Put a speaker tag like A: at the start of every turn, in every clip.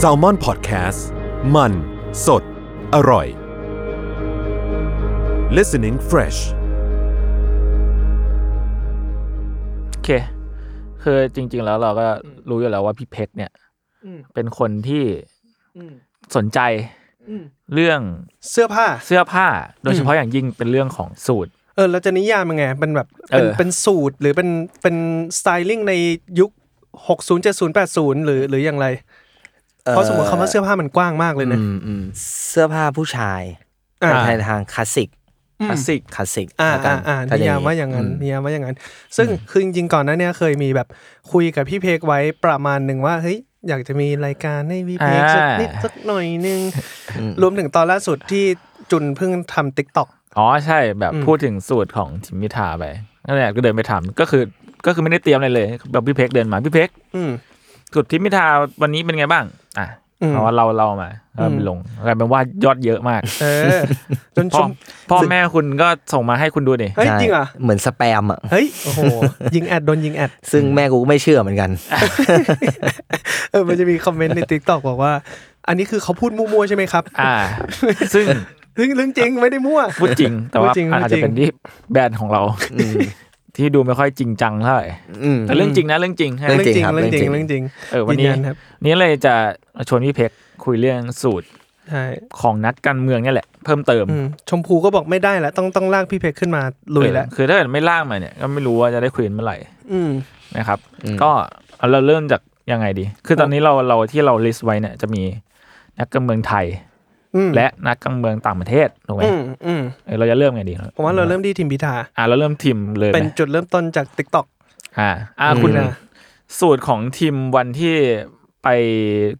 A: s a l ม o n PODCAST มัน สด อร่อย listening fresh
B: โอเค คือจริง ๆ แล้วเราก็รู้อยู่แล้วว่าพี่เพ็กเนี่ย
C: อืม
B: เป็นคนที่
C: อืม
B: สนใจ
C: อืม
B: เรื่อง
C: เสื้อผ้า
B: เสื้อผ้า โดยเฉพาะอย่างยิ่งเป็นเรื่องของสูตร
C: เออเราจะนิยามยังไงเป็นแบบเป็น
B: เออ
C: เป็นสูตรหรือเป็นเป็นสไตลิ่งในยุค 60 70 80 หรือหรืออย่างไร เพราะสมมติคำว่าเสื้อผ้ามันกว้างมากเลยนะ
D: อืมอืมเสื้อผ้าผู้ชาย
C: อ่า
D: ในทางคลาสสิก
C: อืม
B: คลาสสิก
D: คลาสสิก
C: อ่า
D: แล้วกั
C: อ่าอ่า
D: ถ้
C: นิยาม
D: ง
C: ว่าอย่างนั้นนิยามว่าอย่างนั้น ซึ่งคือจริงๆก่อนหน้าเนี้ยเคยมีแบบคุยกับพี่เพกไว้ประมาณหนึ่งว่าเฮ้ยอยากจะมีรายการให้พี่เพกสัก
B: อ่านิ
C: นิดสักหน่อยนึงรวมถึงตอนล่าสุดที่จุนเพิ่งทำติ๊กต็อก
B: อ๋อใช่แบบ
C: อืม
B: พูดถึงสูตรของทิมมิทาไปนั่นแหละก็เดินไปถามก็คือก็คือไม่ได้เตรียมอะไรเลยแบบพี่เพ็กเดินมาพี่เพ็ก
C: อืม
B: สูตรทิมมิทาวันนี้เป็นไงบ้าง อ่ะ
C: อืม
B: เพราะว่าเราเรามาเราไป
C: อืม
B: ลงกลายเป็นว่ายอดเยอะมาก
C: เอ อจนช
B: พ่อ
C: ม
B: พ่อแม่คุณก็ส่งมาให้คุณดูดิ
C: เฮ้ย
D: ใช่
C: จริงเหรอ่ะ
D: เหมือนสแปมอ่ะ
C: เฮ้ย โอ้โห ยิงแอดโดนยิงแอด
D: ซึ่งแม่กูก็ไม่เชื่อเหมือนกัน
C: เออ มันจะมีคอมเมนต์ใน t ิ k กต k บอกว่า อันนี้คือเขาพูดมั่วๆใช่ไหมครับ
B: อ่า ซึ่ง
C: เรื่องเรื่องจริงไม่ได้มั่ว
B: พูดจริงแต่ว่า
C: พูดจริงพูดจริง
B: อาจจะเป็นที่แบรนด์ของเราที่ดูไม่ค่อยจริงจังเท่าไหร่
D: อืม
B: แต่เรื่องจริงนะเรื่องจริงฮะ
D: เรื่องจริง
C: เรื่องจริง
D: ครับ
C: เรื่องจริง
B: เออวันนี้
C: ยืยัครับ
B: นี้เลยจะชวนพี่เพ็กคุยเรื่องสูตร
C: ใช่
B: ของนักการเมืองเนี่ยแหละเพิ่มเติม
C: อืมชมพูก็บอกไม่ได้แล้ว ต้องต้องลากพี่เพชรขึ้นมาลุยแล้ว
B: เออคือถ้าเกิดไม่ล่างมาเนี่ยก็ไม่รู้ว่าจะได้คุยกันเมื่อไหร่
C: อืม
B: นะครับ ก็เอาเราเริ่มจากยังไงดี คือตอนนี้เราเราที่เรา list ไว้เนี่ยจะมีนักการเมืองไทย
C: อืม
B: และนักการเมืองต่างประเทศถูกไหม
C: อืมอืม
B: เออเราจะเริ่มไงดี
C: ผมว่าเราเริ่มที่ทิมพิธา
B: อ่ะเราเริ่มทีมเลยไหม
C: เป็นจุดเริ่มต้นจาก t ิ k กต k อก
B: อ่าอ่าคุณ
C: อืม
B: สูตรของทีมวันที่ไป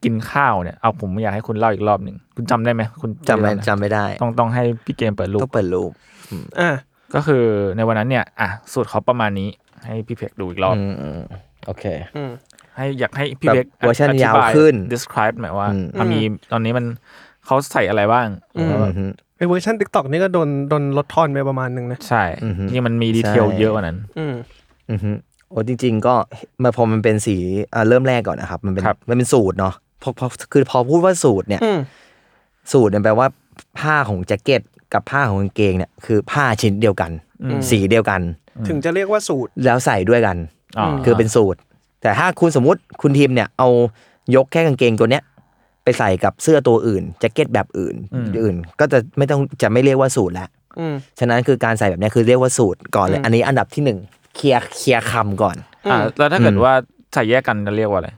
B: กินข้าวเนี่ยเอาผมอยากให้คุณเล่าอีกรอบหนึ่งคุณจำได้ไหมคุณ
D: จำไม่จำไม่ได้
B: ต้องต้องให้พี่เกมเปิดรูป
D: ต้องเปิดรูป
C: อ่า
B: ก็คือในวันนั้นเนี่ยอ่ะสูตรเขาประมาณนี้ให้พี่เพกดูอีกรอบ
D: อืมอืมโอเค
C: อืม
B: ให้อยากให้พี่
D: แบบ
B: เบก
D: เวอร์ชัน
B: อธิบ
D: ยาวขึ้น
B: describe หมายว่า
D: อืม
B: อ่ะมีตอนนี้มันเขาใส่อะไรบ้าง
C: อืม
D: อืม
C: ไอเวอร์ชัน t ิ k กต k อกนี่ก็โดนโดนลดทอนไปประมาณหนึ่งนะ
B: ใช่
D: อือฮึ
B: นี่มันมีดีเทล
D: ใช่
B: เยอะกว่านั้น
C: อืม
D: อือฮึโอ้จริง ๆ ก็มาพอมันเป็นสีอ่าเริ่มแรกก่อนนะครับ มันเป็น
B: ครับ
D: มันเป็นสูตรเนาะพอพอคือพอพูดว่าสูตรเนี่ย
C: อืม
D: สูตรเนี่ยแปลว่าผ้าของแจ็คเก็ตกับผ้าของกางเกงเนี่ยคือผ้าชิ้นเดียวกัน
B: อืม
D: สีเดียวกัน
C: ถึงจะเรียกว่าสูตร
D: แล้วใส่ด้วยกัน
B: อ๋อ
D: คือเป็นสูตร แต่ถ้าคุณสมมติคุณทีมเนี่ยเอายกแค่กางเกงตัวเนี้ยไปใส่กับเสื้อตัวอื่นแจ็คเก็ตแบบอื่นอื่น ก็จะไม่ต้องจะไม่เรียกว่าสูตรแล้ว
C: อืม
D: ฉะนั้นคือการใส่แบบเนี้ยคือเรียกว่าสูตรก่อนเลยอันนี้อันดับที่หนึ่งเคลียร์เคลียร์คำก่อน
B: อ่าแล้วถ้าเกิดว่าใส่แยกกันจะเรียกว่าอะไร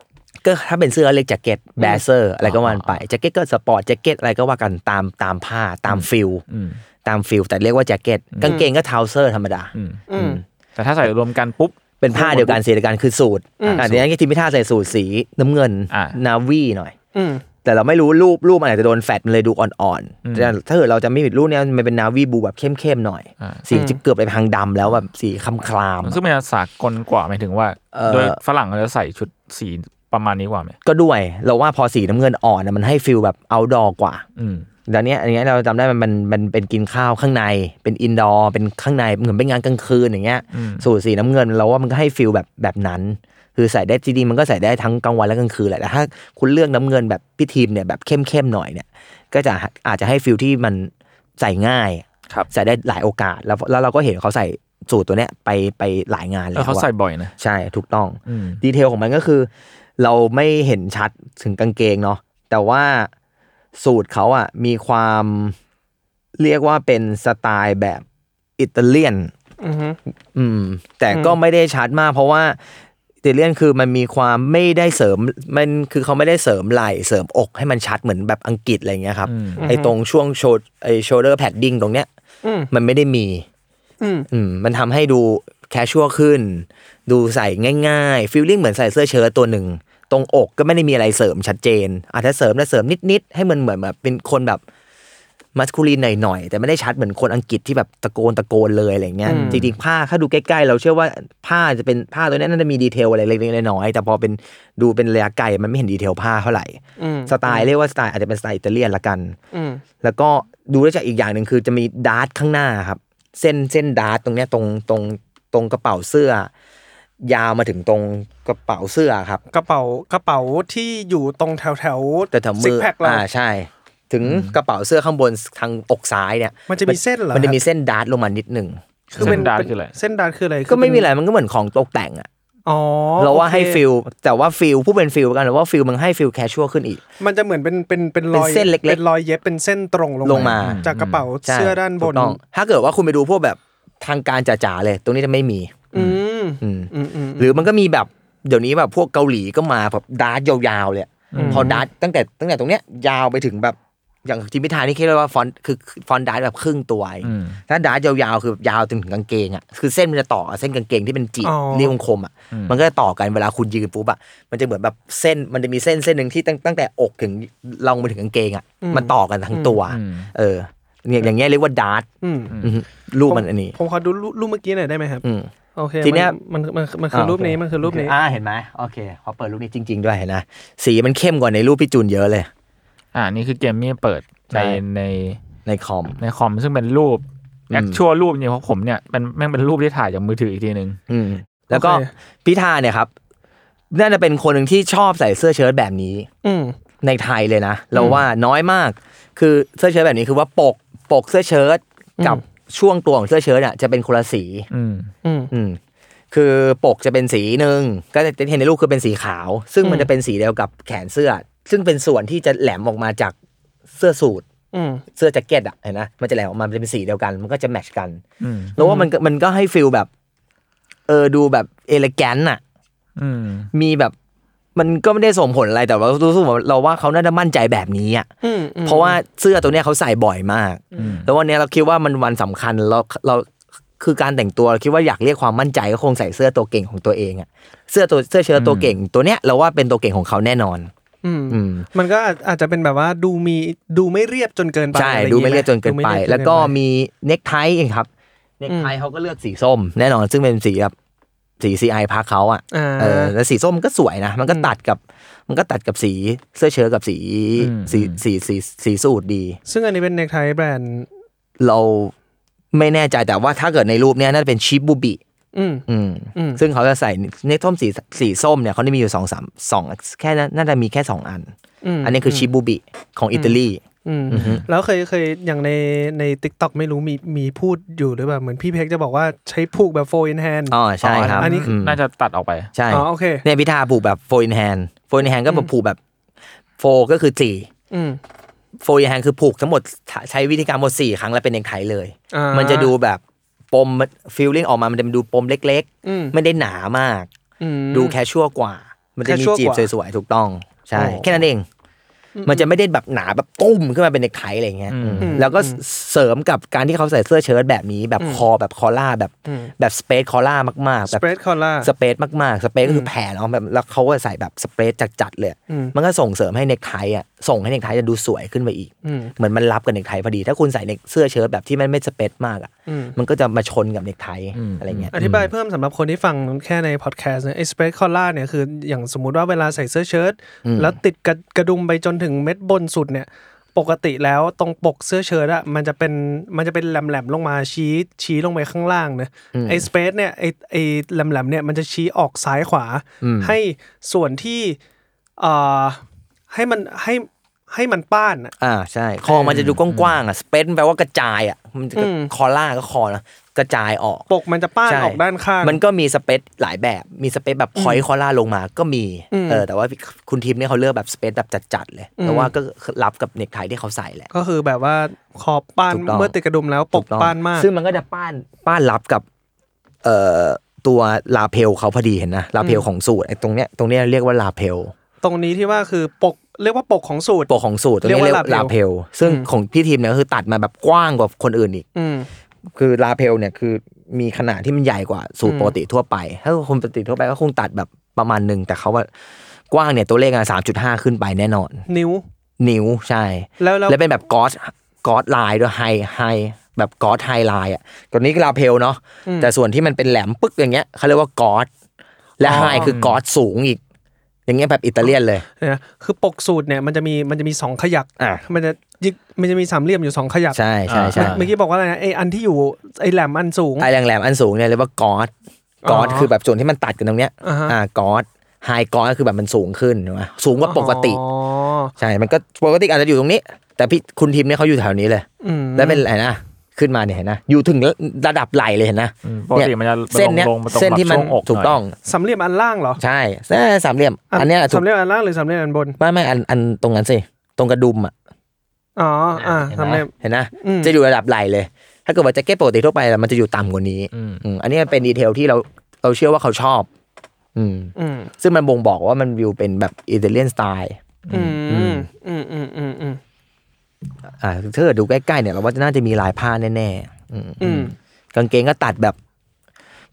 D: ก็ถ้าเป็นเสื้อเล็กแจ็คเก็ตแบเซอร์อะไรก็ว่ากันไปแจ็คเก็ตก็สปอร์ตแจ็คเก็ตอะไรก็ว่ากันตามตามผ้าตามฟิล
B: อืม
D: ตามฟิลแต่เรียกว่าแจ็คเก็ตกางเกงก็ทาวเซอร์ธรรมดา
B: อืม
C: อืม
B: แต่ถ้าใส่รวมกันปุ๊บ
D: เป็นผ้าเดียวกันสีเดียวกันคือสูตรอ่าเดี๋ยวนี้ทีมพิธาใส่สูตรสีน้ำเงิน
B: อ่า
D: นาวีหน่อย
C: อืม
D: แต่เราไม่รู้รูปรูปมันอาจจะโดนแฟตมันเลยดูอ่อนๆแต่ถ้าเกิดเราจะไม่ผิดรูปเนี่ยมันเป็นนาวีบลูแบบเข้มๆหน่อย
B: อ่า
D: สีจะเกือบไปทางดำแล้วแบบสีคำคลาม
B: ซึ่งมันจะสากลกว่าหมายถึงว่า โดยฝรั่งเขาจะใส่ชุดสีประมาณนี้กว่าไหม
D: ก็ด้วย เราว่าพอสีน้ำเงินอ่อนน่ะมันให้ฟิลแบบเอาดอกว่า
B: อืม
D: แล้วเนี้ยอันเนี้ยเราจำได้มันมันมันเป็นกินข้าวข้างใน เป็นอินดอร์เป็นข้างในเหมือนเป็นงานกลางคืนอย่างเงี้ย สูตรสีน้ำเงินเราว่ามันก็ให้ฟิลแบบแบบนั้น คือใส่ได้จริงๆมันก็ใส่ได้ทั้งกลางวันและกลางคืนแหละแต่ถ้าคุณเลือกน้ำเงินแบบพี่ทีมเนี่ยแบบเข้มเข้มๆหน่อยเนี่ย ก็จะอาจจะให้ฟิลที่มันใส่ง่าย
B: ครับ
D: ใส่ได้หลายโอกาสแล้วแล้วเราก็เห็นเขาใส่สูตรตัวเนี้ยไปไปหลายงานแล้
B: เออ
D: ว
B: เขา
D: อะ
B: ใส่บ่อยนะ
D: ใช่ถูกต้อง
B: อืม
D: ดีเทลของมันก็คือ เราไม่เห็นชัดถึงกางเกงเนาะแต่ว่าสูตรเขาอะมีความเรียกว่าเป็นสไตล์แบบอิตาเลียน
C: อืม
D: อืม แต่ก็ไม่ได้ชัดมาก เพราะว่าอิตาเลียนคือมันมีความไม่ได้เสริมมันคือเขาไม่ได้เสริมไหล่เสริมอกให้มันชัดเหมือนแบบอังกฤษอะไรอย่างเงี้ยครับ ไอ้ตรงช่วงโชดไอ้โชเดอร์แพดดิ้งตรงเนี้ย
C: อืม
D: มันไม่ได้มี
C: อืม
D: อืมมันทำให้ดูแคชชัวขึ้น ดูใส่ง่ายๆฟีลลิ่งเหมือนใส่เสื้อเชิ้ตตัวหนึ่ง ตรงอกก็ไม่ได้มีอะไรเสริมชัดเจน อาจจะเสริมแต่เสริมนิดๆ ให้มันเหมือนแบบเป็นคนแบบมัสคูลีนหน่อยๆ แต่ไม่ได้ชัดเหมือนคนอังกฤษที่แบบตะโกนตะโกนเลยอะไรเงี้ย
C: อืม
D: จริงๆ ผ้าถ้าดูใกล้ๆ เราเชื่อว่าผ้าจะเป็นผ้าตัวเนี้ยน่าจะมีดีเทลอะไรเล็กๆน้อยๆแต่พอเป็นดูเป็นระยะไกลมันไม่เห็นดีเทลผ้าเท่าไหร่
C: อืม
D: สไตล์เรียกว่าสไตล์อาจจะเป็นสไตล์อิตาเลียนละกัน
C: อืม
D: แล้วก็ดูได้จากอีกอย่างหนึ่งคือจะมีดาร์ตข้างหน้าครับ เส้นเส้นดาร์ตตรงเนี้ยตรงตรงตรงกระเป๋าเสื้อ ยาวมาถึงตรงกระเป๋าเสื้อครับ
C: กระเป๋ากระเป๋าที่อยู่ตรงแถวแถว
D: แต่แถว
C: ซิ
D: มื
C: ก
D: อ
C: แพคเรา
D: อ่าใช่ ถึงกระเป๋าเสื้อข้างบนทางอกซ้ายเนี่ย
C: มันจะมีเส้นเหรอ
D: มันจะ
C: ครับ
D: มีเส้นดาร์ตลงมานิดหนึ่ง
C: คือเป็น
B: เส้นดาร์กคืออะไร
C: เส้นดาร์กคืออะไร
D: ก็ไม่
C: เป็น
D: มีอะไรมันก็เหมือนของตกแต่งอะ
C: อ๋อ
D: เราว่า
C: โอค
D: ให้ฟิลแต่ว่าฟิลผู้เป็นฟิลกันแต่ว่าฟิลมันให้ฟิลแคชชวลขึ้นอีก
C: มันจะเหมือนเป็นเป็นเป็นรอย
D: เป็นเส้นเล็กๆ
C: เป็นรอยเย็บเป็นเส้นตรงลง
D: ลงมา
C: จากกระเป๋า
D: ใช่
C: เสื้อด้านบ
D: ถู
C: น
D: กต้องถ้าเกิดว่าคุณไปดูพวกแบบทางการจ๋าๆเลย ตรงนี้จะไม่มี
C: อืม
D: อืม
C: อืมอืม
D: หรือมันก็มีแบบเดี๋ยวนี้แบบพวกเกาหลีก็มาแบบดาร์ตยาวๆเลยอะพอดาร์ตตั้งแต่ตั้งแต่ตรงเนี้ยยาวไปถึงแบบอย่างจิมพิธานี่คิดว่าฟอนต์คือฟอนต์ดาร์ตแบบครึ่งตัวเอง
B: อืม
D: ถ้าดาร์ตยาวๆคือยาวจนถึงกางเกงอ่ะคือเส้นมันจะต่อกับเส้นกางเกงที่เป็นจีบนิ้วคมๆอ่ะมันก็จะต่อกันเวลาคุณยืนปุ๊บอ่ะมันจะเหมือนแบบเส้นมันจะมีเส้นเส้นหนึ่งที่ตั้งตั้งแต่อกถึงลงมาถึงกางเกงอ่ะมันต่อกันทั้งตัว
B: อืม
D: เออเนี่ยอย่างเงี้ยเรียกว่าดาร์ต
C: อืม
D: อือฮึรูปมันอันนี้
C: ผมขอดูรูปรูปเมื่อกี้หน่อยได้ไหมครับ
D: อืม
C: โอเค
D: ทีเนี้ย
C: มันมันมันมันคือรูปนี้มันคือรูปนี้
D: อ่าเห็นไหมโอเคพอเปิดรูปนี้จริง ๆ ด้วยเห็นนะสีมันเข้มกว่าในรูปพี่จูนเยอะเลย
B: อ่านี่คือเกมมี่เปิดใน
D: ใช่
B: ใน
D: ในคอม
B: ในคอมซึ่งเป็นรูป
D: อืม
B: แอคชัวรูปเนี่ยเพราะผมเนี่ยเป็นแม่งเป็นรูปที่ถ่ายจากมือถืออีกทีหนึ่ง
D: อืมแล้วก็
C: โอเค
D: พิธาเนี่ยครับน่าจะเป็นคนหนึ่งที่ชอบใส่เสื้อเชิ้ตแบบนี้
C: อืม
D: ในไทยเลยนะ เราว่าน้อยมาก คือเสื้อเชิ้ตแบบนี้คือว่าปกปกเสื้อเชิ้ตกับ
C: อื
D: ช่วงตัวของเสื้อเชิ้ตอ่ะจะเป็นคนละสี
B: อืม
C: อืม
D: อืมคือปกจะเป็นสีหนึ่งก็จะเห็นในรูปคือเป็นสีขาว ซึ่งมัน
C: อืม
D: จะเป็นสีเดียวกับแขนเสื้อ ซึ่งเป็นส่วนที่จะแหลมออกมาจากเสื้อสูท
C: อืม
D: เสื้อแจ็คเก็ตอ่ะเห็นนะมันจะแหลมออกมาเป็นสีเดียวกัน มันก็จะแมทชกัน
B: อืม
D: แล้วว่ามันก็มันก็ให้ฟิลแบบเออดูแบบเอลแกนอ่ะ
B: อืม
D: มีแบบมันก็ไม่ได้ส่งผลอะไรแต่ว่ารู้สึกว่าเราว่าเขาน่าจะมั่นใจแบบนี้อ่ะ
C: อืม
D: เพราะว่าเสื้อตัวเนี้ยเขาใส่บ่อยมาก
B: ม
D: แล้ววันเนี้ยเราคิดว่ามันวันสำคัญเราเราคือการแต่งตัวเราคิดว่าอยากเรียกความมั่นใจก็คงใส่เสื้อตัวเก่งของตัวเองอะเสื้อตัวเสื้อเชิ้ตตัวเก่งตัวเนี้ยเราว่าเป็นตัวเก่งของเขาแน่นอน
C: อืม
D: อืม
C: มันก็อาจอาจจะเป็นแบบว่าดูมีดูไม่เรียบจนเกินไป
D: ใช่
C: อะาง
D: ดู
C: งี้
D: ไม่เรียบจนเกิน
C: ดูม่
D: ไป
C: รียบจ
D: แล้วก็
C: เนไป
D: มีเน็กไทเองครับเน็กไทเขาก็เลือกสีส้มแน่นอน ซึ่งเป็นสีแบบสีซีไอพักเขาอะ
C: อ่า
D: เออแล้วสีส้มมันก็สวยนะ มันก็ตัดกับมันก็ตัดกับสีเสื้อเชิ้ตกับสี
B: อืม
D: สีสีสีสีสูทดี
C: ซึ่งอันนี้เป็นเนคไทแบรนด์
D: เราไม่แน่ใจแต่ว่าถ้าเกิดในรูปเนี้ยน่าจะเป็นชิบูบิ
C: อืม
D: อืม
C: อืม
D: ซึ่งเขาจะใส่เนกส้มสีสีส้มเนี่ยเขาได้มีอยู่สองสามสองแค่นั้นน่าจะมีแค่สองอัน
C: อืม
D: อันนี้คือชิบูบิของอิตาลี
C: อืมแล้วเคยเคยอย่างในในทิกตอกไม่รู้มีมีพูดอยู่หรือเปล่าเหมือนพี่เพ็กจะบอกว่าใช้ผูกแบบโฟอินแฮน
D: อ๋อ ใช่ครับ
C: อันนี้คือ
D: ม
B: น่าจะตัดออกไป
D: ใช่
C: อ๋อโอเค
D: เนี่ยพิธาผูกแบบโฟนแฮนโฟนแฮนก็แบบผูกแบบโฟก็คือสี่
C: อืม
D: โฟนแฮนคือผูกทั้งหมดใช้วิธีการหมดสี่ครั้งแล้วเป็นเองไทยเลย
C: อ่ามั
D: มันจะดูแบบปมฟิลลิ่งออกมามันจะดูปมเล็ก
C: อืม
D: ๆ ไม่ได้หนามาก
C: อืม
D: ดูแคชชัวกว่า มันจะมี
C: casual
D: จีบ
C: กว่า
D: สวยๆ ถูกต้อง ใช่
C: โอ้
D: แค่นั้นเอง มันจะไม่ได้แบบหนาแบบตุ้มขึ้นมาเป็นเด็กไทยอะไรอย่างเงี้ยอืมแล้วก็เสริมกับการที่เขาใส่เสื้อเชิ้ตแบบนี้ แบบคอแบบคอล่าแบบ
C: อืม
D: แบบสเปซคอล่ามาก
C: ส
D: ๆแบบ
C: เปรดคอล่า
D: สเปซมากๆ สเปซก็คือแผ่เนาะแบบแล้วเขาก็ใส่แบบสเปซจัดๆเลย
C: อืม
D: มันก็ส่งเสริมให้เน็กไทอ่ะ ส่งให้เน็กไทจะดูสวยขึ้นไปอีก
C: อืม
D: เหมือนมันรับกับเน็กไทพอดี ถ้าคุณใส่เน็กเสื้อเชิ้ตแบบที่มันไม่สเปซมากอ่ะ
C: อืม
D: มันก็จะมาชนกับเน็กไทอะไรเงี้ย
C: อธิบายเพิ่มสำหรับคนที่ฟังแค่ในพอดแคสต์เนี่ยไอ้สเปซคอล่าเนี่ยคืออย่างสมมุติว่าเวลาใส่เสื้อเชิ้ตแล้วติดกระกระดุมไปจนถึงเม็ดบนสุดเนี่ย ปกติแล้วตรงปกเสื้อเชิ้ตอะมันจะเป็นมันจะเป็นแหลมๆลงมาชี้ชี้ลงไปข้างล่างเนะไอ้สเปซเนี่ยไอ้ไอ้แหลมๆเนี่ยมันจะชี้ออกซ้ายขวา ให้ส่วนที่เอ่อให้มันให้ให้มันป้านอะ
D: อ่าใช่คอมันจะดูกว้างๆอ่ะสเปซแปลว่ากระจายอ่ะมันจะ
C: อืม
D: คอล่าก็คอนะกระจายออก
C: ปกมันจะป้าน
D: ใช่
C: ออกด้านข้าง
D: มันก็มีสเปซหลายแบบมีสเปซแบบพอยต์คอล่าลงมาก็มีเออแต่ว่าคุณทีมเนี่ยเขาเลือกแบบสเปซแบบจัดๆเลยแต่ว่าก็รับกับเน็กไทที่เขาใส่แหละ
C: ก็คือแบบว่าขอบป้าน
D: ถูกต้อง
C: เมื่อติดกระดุมแล้วปก
D: ต้อง
C: ป้านมาก
D: ซึ่งมันก็จะป้านป้านรับกับเอ่อตัวลาเพลเขาพอดีเห็นนะลาเพลของสูตรไอ้ตรงเนี้ยตรงเนี้ยเรียกว่าลาเพล
C: ตรงนี้ที่ว่าคือปกเรียกว่าปกของสูตร
D: ปกของสูตรตรงนี้
C: เรี
D: เรี
C: ย
D: ย
C: ก
D: ก
C: ว่า
D: ลา
C: ลาเพ
D: เพ
C: ล
D: ลซึ่งของพี่ทีมเนี่ยก็คือตัดมาแบบกว้างกว่าคนอื่นอีก
C: อืม
D: คือลาเพลเนี่ยคือมีขนาดที่มันใหญ่กว่าสูตรปกติทั่วไป ถ้าคนปกติทั่วไปก็คงตัดแบบประมาณหนึ่งแต่เขาว่ากว้างเนี่ยตัวเลขอ่ะสามจุดห้าขึ้นไปแน่นอน
C: นิ้ว
D: นิ้วใช่
C: แล้วแล้ว
D: แล้วเป็นแบบกอสกอสลายด้วยไฮไฮแบบกอสไฮไลน์อ่ะตัวนี้ลาเพลเนาะแต่ส่วนที่มันเป็นแหลมปึ๊กอย่างเงี้ยเขาเรียกว่ากอสและไฮคือกอสสูงอีก อย่างเงี้ยแบบอิตาเลียนเลย
C: เนี่ยคือปกสูตรเนี่ยมันจะมีมันจะมีสองขยัก
D: อ่ะ
C: มันจะยึกมันจะมีสามเหลี่ยมอยู่สองขยัก
D: ใช่ใช่ใช่
C: เมื่อกี้บอกว่าอะไรนะไออันที่อยู่ไอแหลมอันสูง
D: ไอแหลมๆอันสูงเนี่ยเรียกว่ากอส กอดคือแบบส่วนที่มันตัดกันตรงเนี้ย
C: อ่าฮะ
D: อ่ากอดไฮกอดก็คือแบบมันสูงขึ้นถูกไหมสูงกว่าปกติ
C: อ๋อ
D: ใช่ มันก็ปกติอาจจะอยู่ตรงนี้ แต่พี่คุณทีมเนี่ยเขาอยู่แถวนี้เลย
C: อืม
D: แล้วเป็นอะไรนะ ขึ้นมาเนี่ยเห็นนะ อยู่ถึงระดับไหลเลยเห็นนะ
B: อืมปกติมันจะ
D: เส้นเนี้ย
B: ลงมาตรง
D: เส้นที่มัน
B: ช่วงอกหน่ย
D: ถูกต้อง
C: สามเหลี่ยมอันล่างเหรอ
D: ใช่เส้นสามเหลี่ยม อันเนี้ยถู
C: สาก มเหลี่ยมอันล่างหรือสามเหลี่ยมอันบน
D: ไม่ไม่อันอันตรงนั้นสิ ตรงกระดุมอ่ะ
C: อ๋ออ่า
D: เห็น
C: สาม
D: ไห
C: เห
D: ม
C: ลี่ยม
D: เห็นนะ
C: อืม
D: จะอยู่ระดับไหลเลย ถ้าเกิดว่าแจ็คเก็ตปกติทั่วไปอะมันจะอยู่ต่ำกว่านี้
B: อืม
D: อืมอันเนี้ยเป็นดีเทลที่เราเราเชื่อว่าเขาชอบ อืม
C: อืม
D: ซึ่งมันบ่งบอกว่ามันวิวเป็นแบบอิตาเลียนสไตล์
C: อืมอืมอืมอืมอืม
D: อ่าถ้าเกิดดูใกล้ๆเนี่ยเราว่าน่าจะมีลายผ้าแน่ๆอืม
C: อืม
D: กางเกงก็ตัดแบบ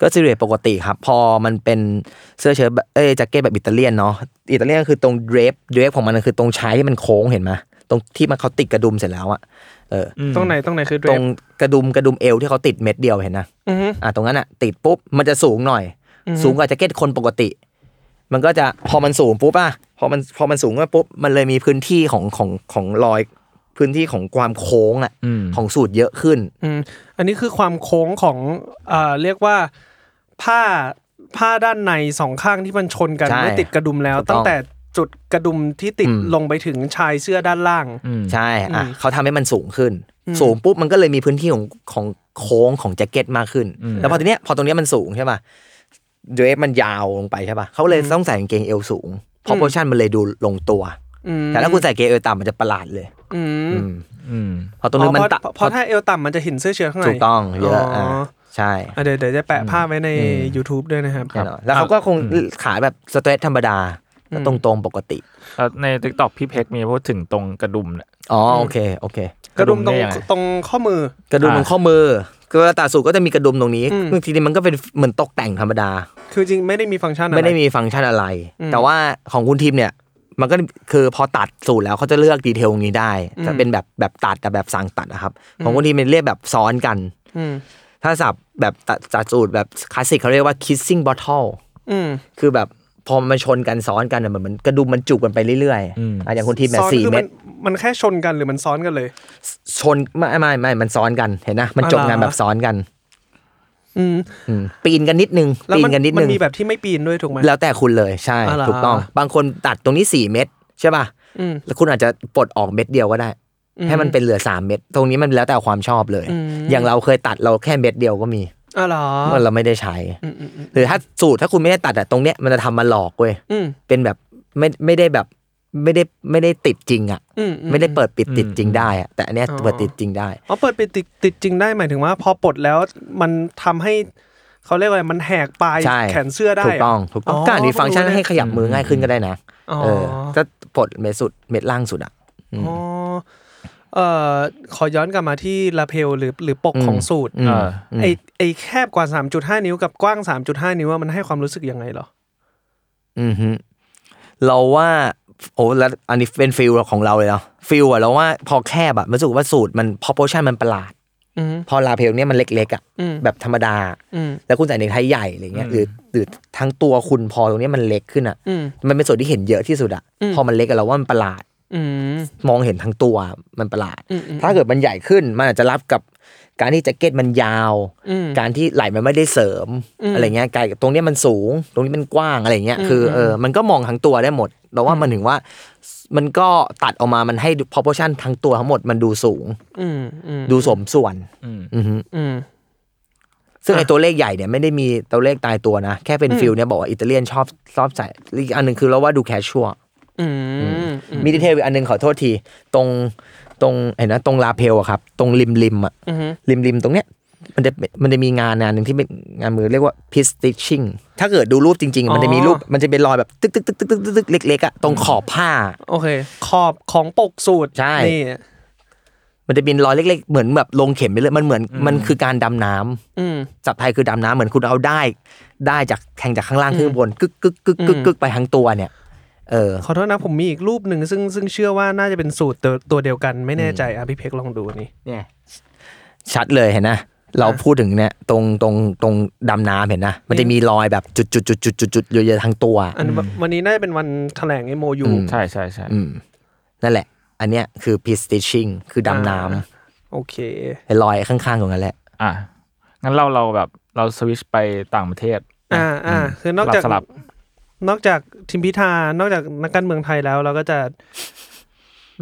D: ก็ซิลเวตปกติครับ พอมันเป็นเสื้อเชิ้ตแบบเอ้ยแจ็คเก็ตแบบอิตาเลียนเนาะอิตาเลียนก็คือตรงเดรฟเดรฟของมันนะคือตรงชายที่มันโค้งเห็นไหมตรงที่มันเขาติดกระดุมเสร็จแล้วอะเออ
B: อืม
C: ตรงไหนตรงไหนคือเด
D: ต
C: ร
D: ร
C: ฟ
D: งกระดุมกระดุมเอวที่เขาติดเม็ดเดียวเห็นนะ
C: อืม
D: อ่ะตรงนั้นอะติดปุ๊บมันจะสูงหน่อย สูงกว่าแจ็คเก็ตคนปกติ มันก็จะพอมันสูงปุ๊บอะพอมันพอมันสูงมาปุ๊บมันเลยมีพื้นที่ของของของรอยพื้นที่ของความโค้งอะ
B: อืม
D: ของสูตรเยอะขึ้น
C: อืมอันนี้คือความโค้งของอ่าเรียกว่าผ้าผ้าด้านในสองข้างที่มันชนกัน
D: ใช่
C: ไม่ติดกระดุมแล้ว
D: ถูกต้อง
C: ตั้งแต่จุดกระดุมที่ติด
D: อืม
C: ลงไปถึงชายเสื้อด้านล่าง
B: อืม
D: ใช่ อ่ะ
C: อืม
D: เขาทำให้มันสูงขึ้น
C: อืม
D: สูงปุ๊บมันก็เลยมีพื้นที่ของของโค้งของแจ็คเก็ตมากขึ้น แล้วพอทีเนี้ยพอตรงเนี้ยมันสูงใช่ป่ะเดรฟมันยาวลงไปใช่ป่ะเขาเลยต้องใส่กางเกงเอวสูง พอโพชั่นมันเลยดูลงตัว
C: อืม
D: แต่ถ้าคุณใส่กางเกงเอวต่ำมันจะประหลาดเลย
C: อืม
D: อืม
B: อืม
D: พอตรงนี้นมัน
C: อ๋อเพ
D: ตัด
C: ราะเพราะถ้าเอวต่ำมันจะเห็นเสื้อเชิ้ตข้างใน
D: ถูกต้องเยอะ
C: อ๋ออ่
D: อ่าใช่
C: อ่ะเดี๋ยวเดี๋ยวจะแปะภาพไว้ใน YouTube ด้วยนะครับ
D: แน่นอน แล้วเขาก็คงขายแบบสเตรทธรรมดาก็ตรงๆปกติ
B: แล้วในติ๊กต็อกพี่เพชรมีพูดถึงตรงกระดุมเนี่ย
D: อ๋อโอเคโอเค
C: กระดุมตร
B: ก
C: ง
B: ระดุมได้ยังไง
C: ตรงข้อมือ
D: กระดุมตรงข้อมือคือตาสูตรก็จะมีกระดุมตรงนี้
C: อืม
D: ซึ่งทีนี้มันก็เป็นเหมือนตกแต่งธรรมดา
C: คือจริงไม่ได้มีฟังก์ชันอะไร
D: ไม่ได้มีฟังก์ชันอะไร
C: อืม
D: แต่ว่าของคุณทีมเนี่ย มันก็คือพอตัดสูตรแล้วเขาจะเลือกดีเทลตรงนี้ได้
C: อืม
D: จะเป็นแบบแบบตัดแต่แบบสั่งตัดนะครับ ของคุณทีมเป็นเรียกแบบซ้อนกัน
C: อืม
D: ถ้าสับแบบตัดตัดสูตรแบบคลาสสิกเขาเรียกว่า kissing bottle
C: อืม
D: คือแบบพอมันชนกันซ้อนกันเนี่ยเหมือนมันกระดุมมันจุกกันไปเรื่อยๆ
B: อืม
D: อ่ะอย่างคุณทีมเนี่ย
C: ซ้อน
D: สี่
C: คือ
D: เม็
C: มัน
D: ด
C: มันแค่ชนกันหรือมันซ้อนกันเลย
D: ชนไม่ไม่ไม่มันซ้อนกันเห็นนะมัน
C: อ๋อ
D: จบงาน
C: เหรอ
D: แบบซ้อนกัน
C: อืม
D: อืมปีนกันนิดนึง
C: แล้ว
D: ปี
C: มัน
D: นกันนิด
C: มั
D: นึ
C: น
D: ง
C: มีแบบที่ไม่ปีนด้วยถูกไหม
D: แล้วแต่คุณเลยใช่
C: อ๋อเหรอ
D: ถูกต้อง บางคนตัดตรงนี้สี่เม็ดใช่ป่ะ
C: อืม
D: แล้วคุณอาจจะปลดออกเม็ดเดียวก็ได้ ให้มันเป็นเหลือสามเม็ดตรงนี้มันแล้วแต่ความชอบเลย
C: อืม
D: อย่างเราเคยตัดเราแค่เม็ดเดียวก็มี
C: อ๋อเหรอ
D: เมื่อเราไม่ได้ใช้
C: อืมอืมอืม
D: หรือถ้าสูตรถ้าคุณไม่ได้ตัดอะตรงเนี้ยมันจะทำมาหลอกเว้ย
C: อืม
D: เป็นแบบไม่ไม่ได้แบบไม่ได้ไม่ได้ติดจริงอะ
C: อืม
D: ไม่ได้เปิดปิดติด
B: อืม
D: จริงได้อะแต่อันเนี้ย
C: อ๋อ
D: เปิดติดจริงได้
C: อ๋อเปิดเป็นติดติดจริงได้หมายถึงว่า พอปลดแล้วมันทำให้เขาเรียกว่าอะไรมันแหกปลาย
D: ใช่
C: แขนเสื้อ
D: ถูก
C: ได้ะ
D: ต้องถูกต้อ
C: อ๋
D: ง
C: อ
D: การมีฟังก์ชัน
C: เพิ่งรู้นะ
D: ให้ขยับมือง่ายขึ้นก็ได้นะ
C: อ๋อ
D: เออถ้าปลดเม็ดสุดเม็ดล่างสุดอะอืม
C: อ๋อเอ่อขอย้อนกลับมาที่ลาเพลหรือหรือปกของสูตร
D: ม
B: เออ
D: อืม
C: ไอไอแคบกว่า 3.5 นิ้วกับกว้าง 3.5 นิ้วอะมันให้ความรู้สึกยังไงเหรอ
D: อือฮึเราว่าโอ้แล้วอันนี้เป็นฟิลของเราเลยเนาะฟิลอะเราว่าพอแคบอะมันรู้สึกว่าสูตรมันพอโพชั่นมันประหลาด
C: อืม
D: พอลาเพลเนี่ยมันเล็กๆอะ
C: อืม
D: แบบธรรมดา
C: อืม
D: แล้วคุณใส่เนกไทใหญ่อะไรเงี้ยหรือหรือทั้งตัวคุณพอตรงเนี้ยมันเล็กขึ้นอะ
C: อืม
D: มันเป็นส่วนที่เห็นเยอะที่สุดอะพอมันเล็กอะเราว่ามันประหลาด
C: อืม
D: มองเห็นทั้งตัวมันประหลาด
C: อืมอืม
D: ถ้าเกิดมันใหญ่ขึ้นมันอาจจะรับกับการที่แจ็คเก็ตมันยาว
C: อืม
D: การที่ไหล่มันไม่ได้เสริม
C: อืม
D: อะไรเงี้ยไกลตรงเนี้ยมันสูง ตรงนี้มันกว้างอะไรเงี้ยคือเออมันก็มองทั้งตัวได้หมดเราว่ามันถึงว่า มันก็ตัดออกมามันให้ proportion ทั้งตัวทั้งหมดมันดูสูง
C: อืมอืม
D: ดูสมส่วน
B: อืม
D: อือฮึ
C: อืม
D: ซึ่งไอ้ตัวเลขใหญ่เนี่ยไม่ได้มีตัวเลขตายตัวนะ แค่เป็นฟิลเนี่ยบอกว่าอิตาเลียนชอบชอบใส่อีกอันหนึ่งคือเราว่าดูแคชชัว
C: อืม
D: มีดีเทลอีกอันหนึงขอโทษที ตรงตรงเห็นนะตรงลาเพลอะครับ ตรงริมริมอะ
C: อือฮึ
D: ริมริมตรงเนี้ยมันจะมันจะมีงานงานหนึ่งที่เป็นงานมือเรียกว่า p i s t i c h i n g ถ้าเกิดดูรูปจริง ๆ มันจะมีรูปมันจะเป็นรอยแบบตึกตึกตึกตึกตึกตึกตึกเล็กๆอะตรงขอบผ้า
C: โอเค ขอบของปกสูตร
D: ใช่
C: นี่
D: มันจะเป็นรอยเล็ก ๆ เหมือนแบบลงเข็มไปเลยมันเหมือนมันคือการดำน้ำ
C: อืม
D: สับไทยคือดำน้ำเหมือนคุณเอาได้ได้จากแทงจากข้างล่างขึ้นข้างบนกึกกึกกึกกึกกึกไปทั้งตัวเนี่ยเออ
C: ขอโทษนะผมมีอีกรูปหนึ่งซึ่งซึ่งเชื่อว่าน่าจะเป็นสูตรตัวตัวเดียวกันไม่แน่ใจอ่ะพี่เพ็กลองดูอันนี่
D: เนี่ยชัดเลยเห็นนะเราพูดถึงเนี่ยตรงตรงตรงดำน้ำเห็นนะมันจะมีรอยแบบจุดจุดจุดจุดจุดจุดเยอะๆทั้งตัว
C: อันวันวันนี้น่าจะเป็นวันแถลงเอโมยู
B: ใช่ใช่ใช่
D: อืมนั่นแหละ อันเนี้ยคือ piece stitching คือดำน้
C: โอเค
D: ำไอ้รอยข้างๆของนั้นแหละ
B: อ่ะงั้นเราเราแบบเราสวิชไปต่างประเทศ
C: อ่าอ่าคือนอกจาก
B: สลับสลับ
C: นอกจากทิมพิธานอกจากนักการเมืองไทยแล้วเราก็จะ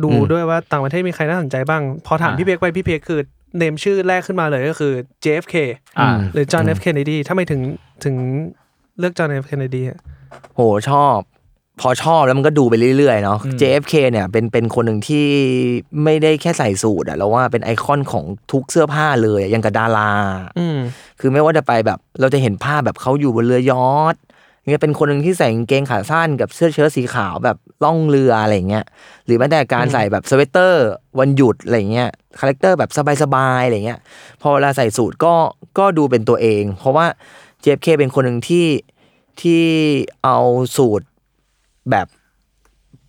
C: ดู
D: อืม
C: ด้วยว่าต่างประเทศมีใครน่าสนใจบ้าง พอถาม
B: อ่า
C: พี่เพ็กไปพี่เพ็กคือเนมชื่อแรกขึ้นมาเลยก็คือ JFK
B: อ่า
D: ม
C: หรือ John F Kennedy ถ้าไม่ถึงถึงเลือก John F Kennedy อะ
D: โหชอบ พอชอบแล้วมันก็ดูไปเรื่อยๆเนาะ
B: อืม
D: JFK เนี่ยเป็นเป็นคนหนึ่งที่ไม่ได้แค่ใส่สูทอะแล้วว่าเป็นไอคอนของทุกเสื้อผ้าเลยอะอยังกับดารา
C: อืม
D: คือไม่ว่าจะไปแบบเราจะเห็นภาพแบบเขาอยู่บนเรือยอทเนี่ยเป็นคนหนึ่งที่ใส่กางเกงขาสั้นกับเสื้อเชิ้ตสีขาวแบบล่องเรืออะไรอย่างเงี้ยหรือแม้แต่การใส่แบบสเวตเตอร์วันหยุดอะไรอย่างเงี้ยคาแรคเตอร์แบบสบายๆอะไรอย่างเงี้ยพอเวลาใส่สูทก็ก็ดูเป็นตัวเอง เพราะว่าเจฟเคเป็นคนหนึ่งที่ที่เอาสูตรแบบ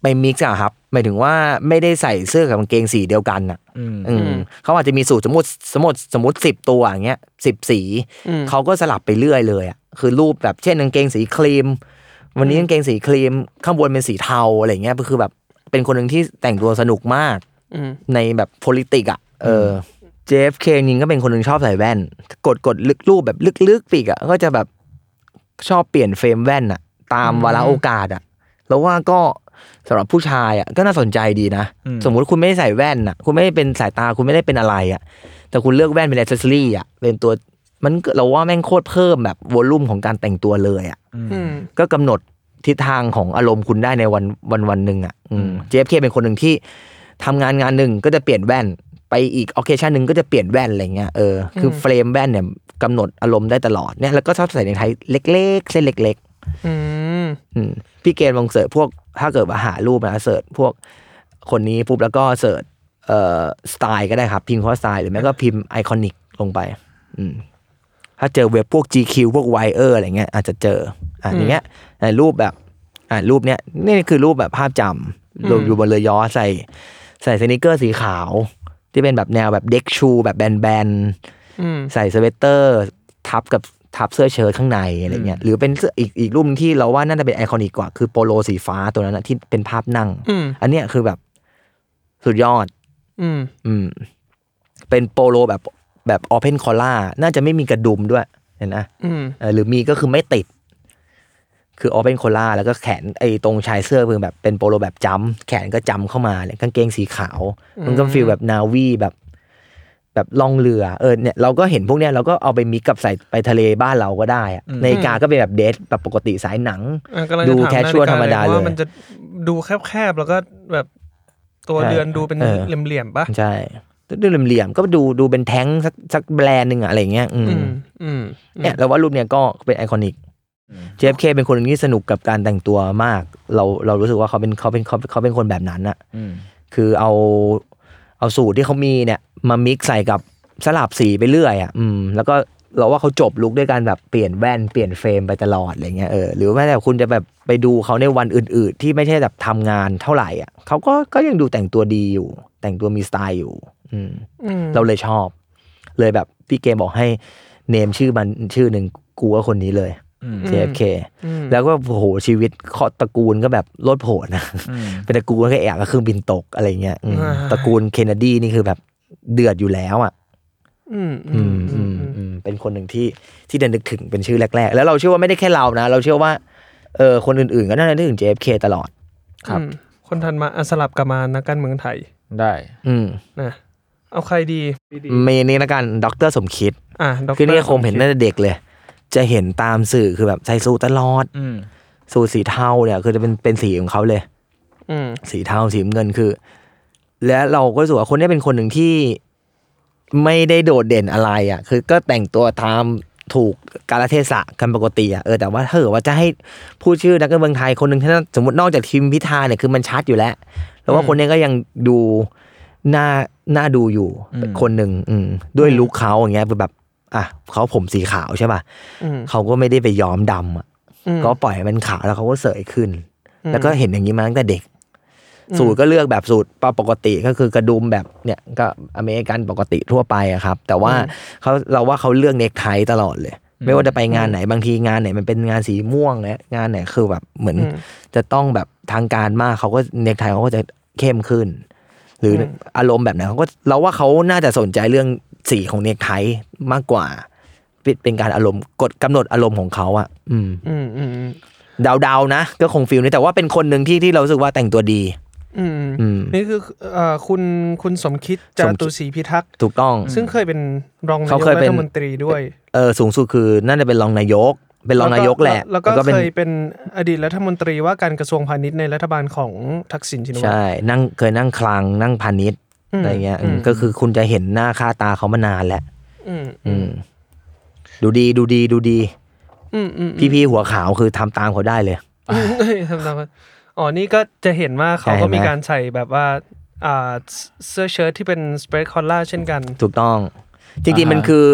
D: ไปมิกซ์อะครับหมายถึงว่าไม่ได้ใส่เสื้อกับกางเกงสีเดียวกันอะ
B: อืม
D: อืม
C: อืม
D: เขาอาจจะมีสูตรสมมติสมมติสมมติสิบตัวอย่างเงี้ยสิบสี
C: อืม
D: เขาก็สลับไปเรื่อยเลยอ่ะคือรูปแบบเช่นกางเกงสีครีม วันนี้กางเกงสีครีม ข้างบนเป็นสีเทาอะไรเงี้ยก็คือแบบเป็นคนหนึ่งที่แต่งตัวสนุกมาก
C: อืม
D: ในแบบ p o l i t i c อ่ะเออ JFK จริงก็เป็นคนหนึ่งชอบใส่แว่น กดกดลึกรูปแบบลึกๆปีกอ่ะก็จะแบบชอบเปลี่ยนเฟรมแว่นอ่ะ ตามวาระโอกาสอ่ะแล้วว่าก็สำหรับผู้ชายอ่ะก็น่าสนใจดีนะ
B: อืม
D: สมมุติคุณไม่ได้ใส่แว่นอ่ะ คุณไม่ได้เป็นสายตาคุณไม่ได้เป็นอะไรอ่ะ แต่คุณเลือกแว่นเป็นอ c เซสซอรี่อ่ะเป็นตัวมันก็เราว่าแม่งโคตรเพิ่มแบบวอลลุ่มของการแต่งตัวเลยอ่ะ
C: อืม
D: ก็กำหนดทิศทางของอารมณ์คุณได้ในวันวันวันหนึ่งอ่ะอืม JFK เป็นคนหนึ่งที่ทำงานงานหนึ่งก็จะเปลี่ยนแว่น ไปอีก o อเคชั่นหนึ่งก็จะเปลี่ยนแว่นอะไรเงี้ยเออคืออเฟรมแว่นเนี่ยกำหนดอารมณ์ได้ตลอดเนี่ยแล้วก็ชอบใส่ในไทยเล็ก ๆ เส้นเล็ก
C: อืม
D: ๆ อืมพี่เกณฑ์ลองเสิร์ชพวกถ้าเกิดว่าหารูปนะเสิร์ชพวกคนนี้ปุ๊บแล้วก็เสิร์ชเอ่อสไตล์ก็ได้ครับ พิมพ์คำว่าสไตล์หรือไม่ก็พิมพ์ไอคอนิกลงไป อืม ถ้าเจอเว็บพวก GQ พวก Wire อะไรเงี้ยอาจจะเจออ่ะอย่างเงี้ยอ่ะรูปแบบอ่ะรูปเนี้ยนี่คือรูปแบบภาพจำรูปอยู่บนเรือยอชต์ใส่ ใส่สนิเกอร์สีขาว ที่เป็นแบบแนวแบบเด็กชูแบบแบน
C: อืม
D: ๆ ใส่สเวตเตอร์ ทับกับทับเสื้อเชิ้ตข้างในอะไรเงี้ยหรือเป็นเสื้ออีกอีกรูปที่เราว่าน่าจะเป็นไอคอนิกกว่าคือโปโลสีฟ้าตัวนั้นนะที่เป็นภาพนั่ง
C: อืม
D: อันเนี้ยคือแบบสุดยอด
C: อืม
D: อืม เป็นโปโลแบบแบบออเพนคอล่าน่าจะไม่มีกระดุมด้วยเห็นนะ
C: อืม
D: เออหรือมีก็คือไม่ติด คือออเป็นโคล่าแล้วก็แขนไอ้ตรงชายเสื้อคือแบบเป็นโปโลแบบจำแขนก็จำเข้ามาเนี่ยกางเกงสีขาว มันก็ฟีลแบบนาวีแบบ แบบล่องเรือเออเนี่ยเราก็เห็นพวกเนี้ยเราก็เอาไปมิกกับใส่ไปทะเลบ้านเราก็ได้อะนาฬิกาก็เป็นแบบเดทแบบปกติสายหนัง
C: อ่ะกำลังจะ
D: ดู
C: ถาม
D: แคชชว
C: น
D: ล
C: ฬิก
D: ธรรมดา
C: ว่
D: เลย
C: มันจะดูแคบๆ แล้วก็แบบตัว
D: ใช่
C: เดือนดูเป็น
D: เออ
C: เหลี่ยมๆปะ
D: ใช่ดูเหลี่ยมๆก็ดูดูเป็นแท้งสักสักแบรนด์หนึ่งอะอะไรเงี้ยอืม
C: อืม อืม
D: เนี่ยเราว่ารูปเนี่ยก็เป็นไอคอนิก JFK เป็นคนหนึ่งที่สนุกกับการแต่งตัวมาก เราเรารู้สึกว่าเขาเป็นเขาเป็นเขาเขาเป็นคนแบบนั้นอะ
B: อืม
D: คือเอาเอาสูตรที่เขามีเนี่ยมามิกซ์ใส่กับสลับสีไปเรื่อยอะอืมแล้วก็เราว่าเขาจบลุกด้วยการแบบเปลี่ยนแว่นเปลี่ยนเฟรมไปตลอดอะไรเงี้ยเออหรือแม้แต่คุณจะแบบไปดูเขาในวันอื่น ๆ ที่ไม่ใช่แบบทำงานเท่าไหร่อ่ะเขาก็ก็ยังดูแต่งตัวดีอยู่ แต่งตัวมีสไตล์อยู่ อืม
C: อืม
D: เราเลยชอบ เลยแบบพี่เกมบอกให้เนมชื่อมันชื่อหนึ่งกูว่าคนนี้เลย
B: อืม
D: JFK
C: อืม
D: แล้วก็โอ้โหชีวิตครอบตระกูลก็แบบโลดโผนนะ
B: อืม
D: เป็นตระกูลก็แอบกับเครื่องบินตกอะไรเงี้ยอืม
C: อ่า
D: ตระกูลเคนเนดีนี่คือแบบเดือดอยู่แล้วอ่ะ
C: อืม อื
D: อื
C: ม
D: ม
C: อื
D: อื
C: ม
D: มอืมเป็นคนหนึ่งที่ที่เดินนึกถึงเป็นชื่อแรก ๆ แล้วเราเชื่อว่าไม่ได้แค่เรานะ เราเชื่อว่าเออคนอื่นๆ ก็น่าจะนึกถึง JFK ตลอด
B: ครับ
C: อืม คนทันมาอ่ะสลับกลับมานักการเมืองไทย
B: ได้
D: อืม
C: นะ เอาใครดี
D: มีนี่ละกันดรสมคิด
C: อ่ะดร
D: คือเนี่ยคมเห็นตั้งแต่เด็กเลย จะเห็นตามสื่อคือแบบใส่สูทตลอด
B: อืม
D: สูทสีเทาเนี่ยคือจะเป็นเป็นสีของเขาเลย
C: อืม
D: สีเทาสีน้ำเงินคือ และเราก็รู้สึกว่าคนเนี้เป็นคนหนึ่งที่ไม่ได้โดดเด่นอะไรอ่ะ คือก็แต่งตัวตามถูกกาลเทศะกันปกติอ่ะเออแต่ว่าถ้าเกิดว่าจะให้พูดชื่อนักการเมืองไทยคนหนึ่งถ้าสมมตินอกจากทีมพิธาเนี่ยคือมันชัดอยู่แล้วแล้วว่าคนเนี้ก็ยังดูน่าน่าดูอยู่คนหนึ่งอืมด้วยลุคเขาอย่างเงี้ยคือแบบ อ่ะเขาผมสีขาวใช่ป่ะ
C: อืม
D: เขาก็ไม่ได้ไปย้อมดำอ่ะ
C: อืม
D: ก็ปล่อยให้มันขาวแล้วเขาก็เสยขึ้น
C: อืม
D: แล้วก็เห็นอย่างนี้มาตั้งแต่เด็ก สูตรก็เลือกแบบสูตรปกติก็คือกระดุมแบบเนี่ยก็อเมริกันปกติทั่วไปอะครับ แต่ว่าเขาเราว่าเขาเลือกเนคไทตลอดเลย ไม่ว่าจะไปงานไหนบางทีงานไหนมันเป็นงานสีม่วงและงานไหนคือแบบเหมือน จะต้องแบบทางการมากเขาก็เนคไทเขาก็จะเข้มขึ้น หรือออารมณ์แบบไหนเขาก็เราว่าเขาน่าจะสนใจเรื่องสีของเนคไทมากกว่า เป็นการอารมณ์กดกำหนดอารมณ์ของเขาอะอืม
C: อืมอืม
D: เดาๆนะ ก็คงฟิลนี้แต่ว่าเป็นคนหนึ่งที่ที่เรารู้สึกว่าแต่งตัวดี
C: อืม
D: อืม
C: นี่คือเอ่อคุณคุณสมคิดจา
D: สมคิด
C: ตุศรีพิทักษ์
D: ถูกต้อง
C: ซึ่งเคยเป็นรองนาย
D: เขา
C: ก
D: เคย
C: รั
D: เป็น
C: ฐมนตรีด้วย
D: เออสูงสุดคือน่าจะเป็นรองนายก เป็นรองนายกแหละ
C: แล้วก็
D: เป็น
C: เคยเป็นอดีตรัฐมนตรีว่าการกระทรวงพาณิชย์ในรัฐบาลของทักษิณชินวัตร
D: ใช่นั่งเคยนั่งคลังนั่งพาณิชย์
C: ม
D: อะไรเงี้ยอืม
C: ม
D: ก็คือคุณจะเห็นหน้าค่าตาเขามานานแล้ว
C: ม
D: อืม ดูดีดูดีดูดี
C: อืมอืม
D: พี่ๆหัวขาวคือทำตามเขาได้เลย
C: เฮ้ยทำตามว่าอ๋อนี่ก็จะเห็นว่าเขา
D: ใช่
C: ก็
D: ไหม
C: มีการใส่แบบว่าอ่าเสื้อเชิ้ตที่เป็นสเปรดคอลล่าเช่นกัน
D: ถูกต้องจริง
B: อ่าฮะ
D: ๆมันคือ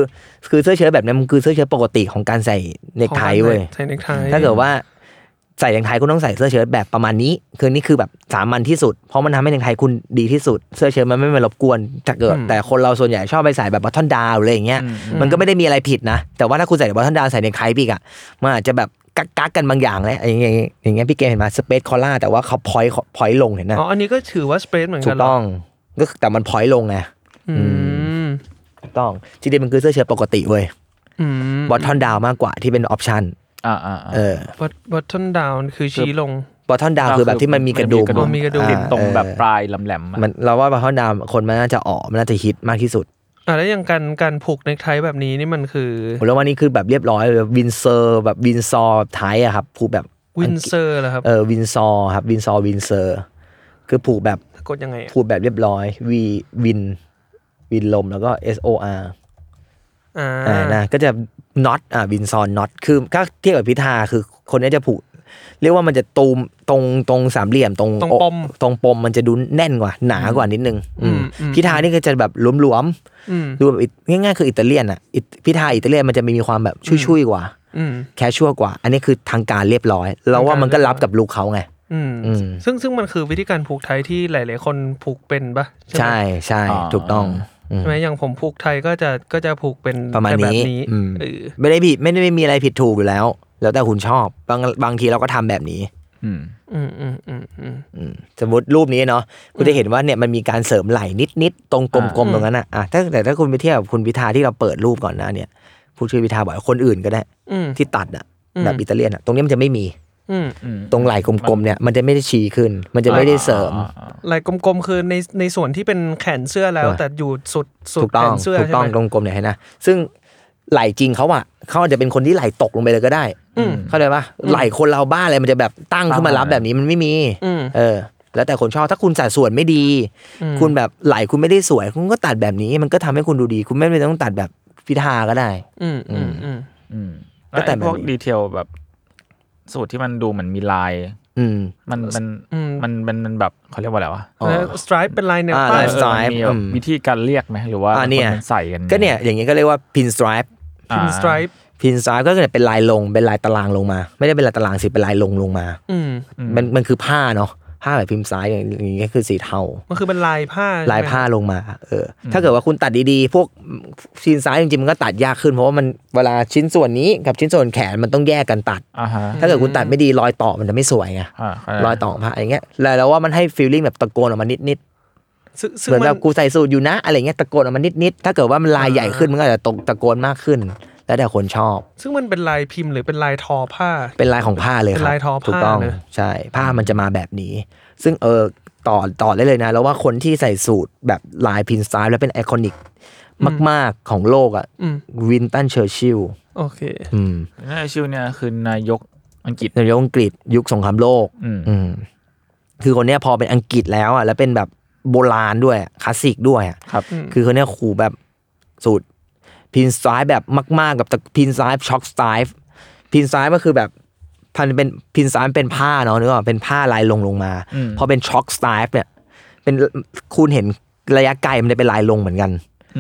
D: คือเสื้อเชิ้ตแบบนี้มันคือเสื้อเชิ้ตปกติของการใส่เนกไทเว้ย
C: ของการใส่เนกไท
D: ถ้าเกิดว่าใส่เนกไทคุณต้องใส่เสื้อเชิ้ตแบบประมาณนี้คือนี่คือแบบสามัญที่สุดเพราะมันทำให้เนกไทคุณดีที่สุด เสื้อเชิ้ตมันไม่มารบกวนถ้าเกิดแต่คนเราส่วนใหญ่ชอบไปใส่แบบบอททอนดาวอะไรอย่างเงี้ยมันก็ไม่ได้มีอะไรผิดนะ แต่ว่าถ้าคุณใส่บอททอนดาวใส่เนกไทปีกอะมันอาจจะแบบกักกักๆกันบางอย่างแหละอย่างเงี้ยอย่างเงี้ยพี่เกมเห็นไหมสเปซคอล่าแต่ว่าเขาพอยพอยลงเห็นนะ
C: อ๋ออันนี้ก็ถือว่าสเปรดเหมือน
D: ถู
C: กัน
D: ก
C: เหร
D: ต้องก็คือแต่มันพอยลงไง
C: อืม
D: ถูกต้องจริงๆมันคือเสื้อเชิ้ตปกติเว้ย
C: อืม
D: บอททอนดาวมากกว่าที่เป็นออปชัน
B: อ่าอ่าอ่า
D: เออบ
C: อททอนดาวคือชี้ลง
D: บอททอนดาวคือแบบที่มันมีกระดูก
C: อ๋อมีกระดูก
B: ติด
D: อ่า
B: ตรงแบบ
D: เออ
B: ปลายแหลมๆอะ
D: มันเราว่าบอททอนดาวคนมันน่าจะออกมันน่าจะฮิตมากที่สุด
C: อ่ะแล้วอย่างการการผูกเนกไทแบบนี้นี่มันคือ
D: ผมแล้วว่านี่คือแบบเรียบร้อยเลยวินเซอร์แบบวินซอร์ไทยอะครับผูกแบบ
C: วินเซอร์เหรอครับ
D: เออวินซอร์ครับวินซอร์วินเซอร์ คือผูกแบบ
C: สะกดยังไงอ่ะ
D: ผูกแบบเรียบร้อยวีวินวินลมแล้วก็ S O R
C: อ่า
D: อ่านะก็จะน็อตอ่าวินซอนน็อตคือถ้าเทียบกับพิธาคือคนเนี้ยจะผูกเรียกว่ามันจะตูมตรงตรงสามเหลี่ยมตรง
C: ตรง
D: อก
C: ปม
D: ตรงปมมันจะดูแน่นกว่า หนากว่านิดนึงอืม
C: อืมอืม
D: พิธานี่ก็จะแบบหลวม
C: อืม
D: ๆดูแบบอิง่ายๆคืออิตาเลียนอ่ะอิตพิธาอิตาเลียนมันจะมีความแบบชุยๆกว่า
C: อืม
D: แคชชัวกว่า อันนี้คือทางการเรียบร้อย เราว่ามันก็รับกับลูกเขาไง
C: อืม
D: อืม
C: ซึ่งซึ่งมันคือวิธีการผูกไทยที่หลาย ๆ คนผูกเป็นปะไหม
D: ใช่ใช่ถูกต้องอืม
C: ใช่ไหมอย่างผมผูกไทยก็จะก็จะผูกเป็น
D: ประมาณนี้
C: แบบนี้
D: อืม
C: เออ
D: ไม่ได้ผิดไม่ได้ไม่มีอะไรผิดถูกอยู่แล้ว แล้วแต่คุณชอบบางบางทีเราก็ทำแบบนี้
B: อืม
C: อืมอืมอืมอืม
D: อืมสมมติรูปนี้เนาะคุณจะเห็นว่าเนี่ยมันมีการเสริมไหล่นิดๆตรงกลม
C: อ่า
D: ๆตรงนั้นอ่ะอ่ะถ้าแต่ถ้าคุณไปเทียบกับคุณพิธาที่เราเปิดรูปก่อนหน้าเนี่ยผู้ช่วยพิธาบอกว่าคนอื่นก็ได้
C: อืม
D: ที่ตัดอ่ะ
C: อืม
D: แบบอิตาเลียนอ่ะตรงนี้มันจะไม่มี
C: อืม
B: อืม
D: ตรงไหล่กลมๆเนี่ยมันจะไม่ได้ชี้ขึ้น มันจะไม่ได้เสริม
B: อ่าอ่าอ่า
C: ลายกลมๆคือในในส่วนที่เป็นแขนเสื้อแล้ว
D: ใช่
C: แต่อยู่สุดสุด
D: ถูก
C: แข
D: ต้อง
C: นเสื้อ
D: ถูก
C: ใช่
D: ต้อง
C: ไหม
D: กลมๆเนี่ยเห็นนะซึ่งไหล่จริงเขาอ่ะเขาอาจจะเป็นคนที่ไหล่ตกลงไปเลยก็ได้
C: อืม
D: เข้าใจปะไหล่คนเราบ้าอะไรมันจะแบบตั้งขึ้นมารับแบบนี้มันไม่มี
C: อืม
D: เออ แล้วแต่คนชอบถ้าคุณสัดส่วนไม่ดี
C: อืม
D: คุณแบบไหลคุณไม่ได้สวย คุณก็ตัดแบบนี้ มันก็ทำให้คุณดูดี คุณไม่ต้องตัดแบบพิธาก็ได้
C: อืมอืมอืม
B: อืมแล้
D: ก็
B: ว
D: แต่
B: แต่พวก
D: แบบนี้
B: ดีเทลแบบสูตรที่มันดูเหมือนมีลาย
D: อืม
B: มันมัน
C: อืม
B: มันมันมันแบบเขาเรียกว่าอะไรวะ
D: อ๋อ
C: สไตรป์เป็นลายแนว
D: อ่า
C: ตั้ง
D: ลาย
B: เออมัน
D: stripe
B: มีแบ
D: อื
B: บ
D: ม
B: วิธีการเรียกไหมหรือว่า
D: อ่าเนี่ย
B: มัใส่กัน
D: ก็เนี่ยอย่างนี้ก็เรียกว่า pin stripe
B: อ่า
C: พินสไตรป์
D: pin stripe ก็คือเป็นลายลงเป็นลายตารางลงมา ไม่ได้เป็นลายตารางสิเป็นลายลงลงมา
C: อืม
D: มันมันคือผ้าเนาะผ้าแบบพิมพ์ซ้ายอย่างอย่างนี้คือสีเทา
C: มันคือเป็นลายผ้าใช่ไหม
D: ลายผ้าลงมา เออ ถ้าเกิดว่าคุณตัดดีๆ พวกชิ้นซ้ายจริงๆมันก็ตัดยากขึ้นเพราะว่ามันเวลาชิ้นส่วนนี้กับชิ้นส่วนแขนมันต้องแยกกันตัด
B: อ่าฮะ
D: ถ้าเกิดคุณตัดไม่ดีรอยต่อมันจะไม่สวยไง
B: อ่าร
D: อยต่อของผ้าอย่างเงี้ยแล้วเราว่ามันให้ฟีลลิ่งแบบตะโกนออกมานิดๆ
C: ซึ่งซึ่ง
D: เหมือน
C: มั
D: แบบ
C: น
D: กูใส่สูตรอยู่นะอะไรเงี้ยตะโกนออกมานิดๆถ้าเกิดว่ามันลายใหญ่ขึ้นมันก็อาจจะตกตะโกนมากขึ้น แล้วแต่คนชอบ
C: ซึ่งมันเป็นลายพิมพ์หรือเป็นลายทอผ้า
D: เป็นลายของผ้าเลยครับ
C: เป็นลายทอผ้า
D: ถูกต้อง
C: เลย
D: ใช่ ผ้ามันจะมาแบบนี้ ซึ่งเออต่อต่อได้เลยนะ แล้วว่าคนที่ใส่สูตรแบบลายพินสไตล์แล้วเป็นไอคอนิกมาก ๆ ของโลกอ่ะ
C: อืม
D: วินตันเชอร์ชิลล์
C: โอเค
D: อืม
B: น่าจะชื่อเนี่ยคือนายกอังกฤษ
D: นายกอังกฤษยุคสงครามโลก
B: อืม
D: อืมคือคนเนี้ยพอเป็นอังกฤษแล้วอ่ะแล้วเป็นแบบโบราณด้วยคลาสสิกด้วยอ่ะ
B: ครับ
C: อืม
D: คือคนเนี้ยขู่แบบสูตรพินซ้ายแบบมาก ๆ แบบพินซ้ายช็อคสไตล์พินซ้ายก็คือแบบพันเป็นพินซ้ายเป็นผ้าเนาะนึกออกเป็นผ้าลายลงลงมา
B: อืม
D: พอเป็นช็อคสไตล์เนี่ย เป็นคุณเห็นระยะไกลมันจะเป็นลายลงเหมือนกัน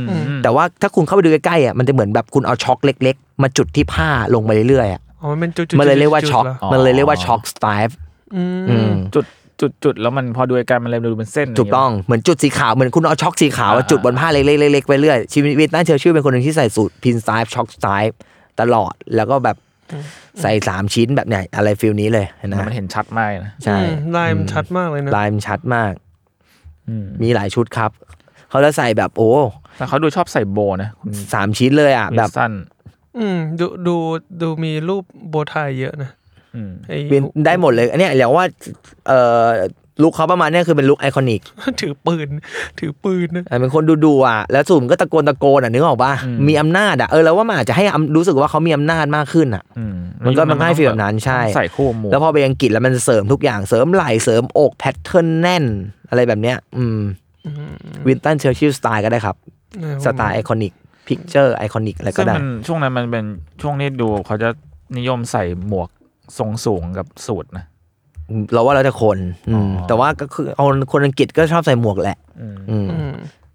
B: อืม
D: แต่ว่าถ้าคุณเข้าไปดูใกล้ๆอ่ะมันจะเหมือนแบบคุณเอาช็อคเล็ก ๆ มาจุดที่ผ้าลงไปเรื่อยๆอ่ะ
C: อ๋อมันเป็นจุด
D: มันเลยเรียกว่า
C: จุด
D: ช็อค
C: หร
D: มันเลยเรียกว่าช็อคสไตล์
C: อืม
D: อืม
B: จุดจุดจุดแล้วมันพอดูไกลๆมันเลยดูเป็นเส้น
D: ถูกต้องเหมือนจุดสีขาว เหมือนคุณเอาช็อกสีขาวอะจุดบนผ้าเล็กๆๆๆไปเรื่อยชีวิตน่าเชื่อชื่อเป็นคนหนึ่งที่ใส่สูตรพินสไตล์ช็อกสไตล์ตลอดแล้วก็แบบใส่สามชิ้นแบบไหนอะไรฟิลนี้เลย
B: อ
D: เห็
B: ย่าง
D: นะ
B: เงี้ยมันเห็นชัดมากนะ
D: ใช่
C: อืมลายมันชัดมากเลยนะ
D: ลายมันชัดมาก
B: อืม
D: มีหลายชุดครับ เขาจะใส่แบบโอ้
B: แต่เขาดูชอบใส่โบนะคุณ
D: สามชิ้นเลยอ่ะ
B: วิ
D: แบ
B: ล
D: บ
B: สัน
C: อืมดูดูดูมีรูปโบไทยเยอะนะ
B: อืม
C: ไอ้
D: เป็นได้หมดเลยอันเนี้ยเดี๋ยวว่าเอ่อลุคเขาประมาณเนี้ยคือเป็นลุคไอคอนิก
C: ถือปืน ถือปืนนะ
D: เป็นคนดูดูอ่ะแล้วสุ่มก็ตะโกนตะโกนอ่ะนึกออกป่ะ
B: อืม
D: มีอำนาจอ่ะเออแล้วว่ามันอาจจะให้อำรู้สึกว่าเขามีอำนาจมากขึ้นอ่ะ
B: อื
D: มันก็
B: ยุค
D: มันก็ให้
B: ต้อง
D: feel แบบนั้นใช่
B: ใส่คู่หมู
D: แล้วพอไปอังกฤษแล้วมันเสริมทุกอย่างเสริมไหล่เสริมอกแพทเทิร์นแน่น อะไรแบบเนี้ยอืมวินตันเชอร์ชิลสไตล์ก็ได้ครับ สไตล์ไอคอนิกพิกเจอร์ไอคอนิกอะไรก็
B: ซึ่ง
D: ได้
B: มันช่วงนั้นมันเป็นช่วงนี้ดูเขาจะนิยมใส่หมวกทรงสูงกับสูทนะ
D: เราว่าเราจะคนอืม
B: อ๋อ
D: แต่ว่าก็คือเอาคนอังกฤษก็ชอบใส่หมวกแหละ
B: อืม
D: อืม
C: อืม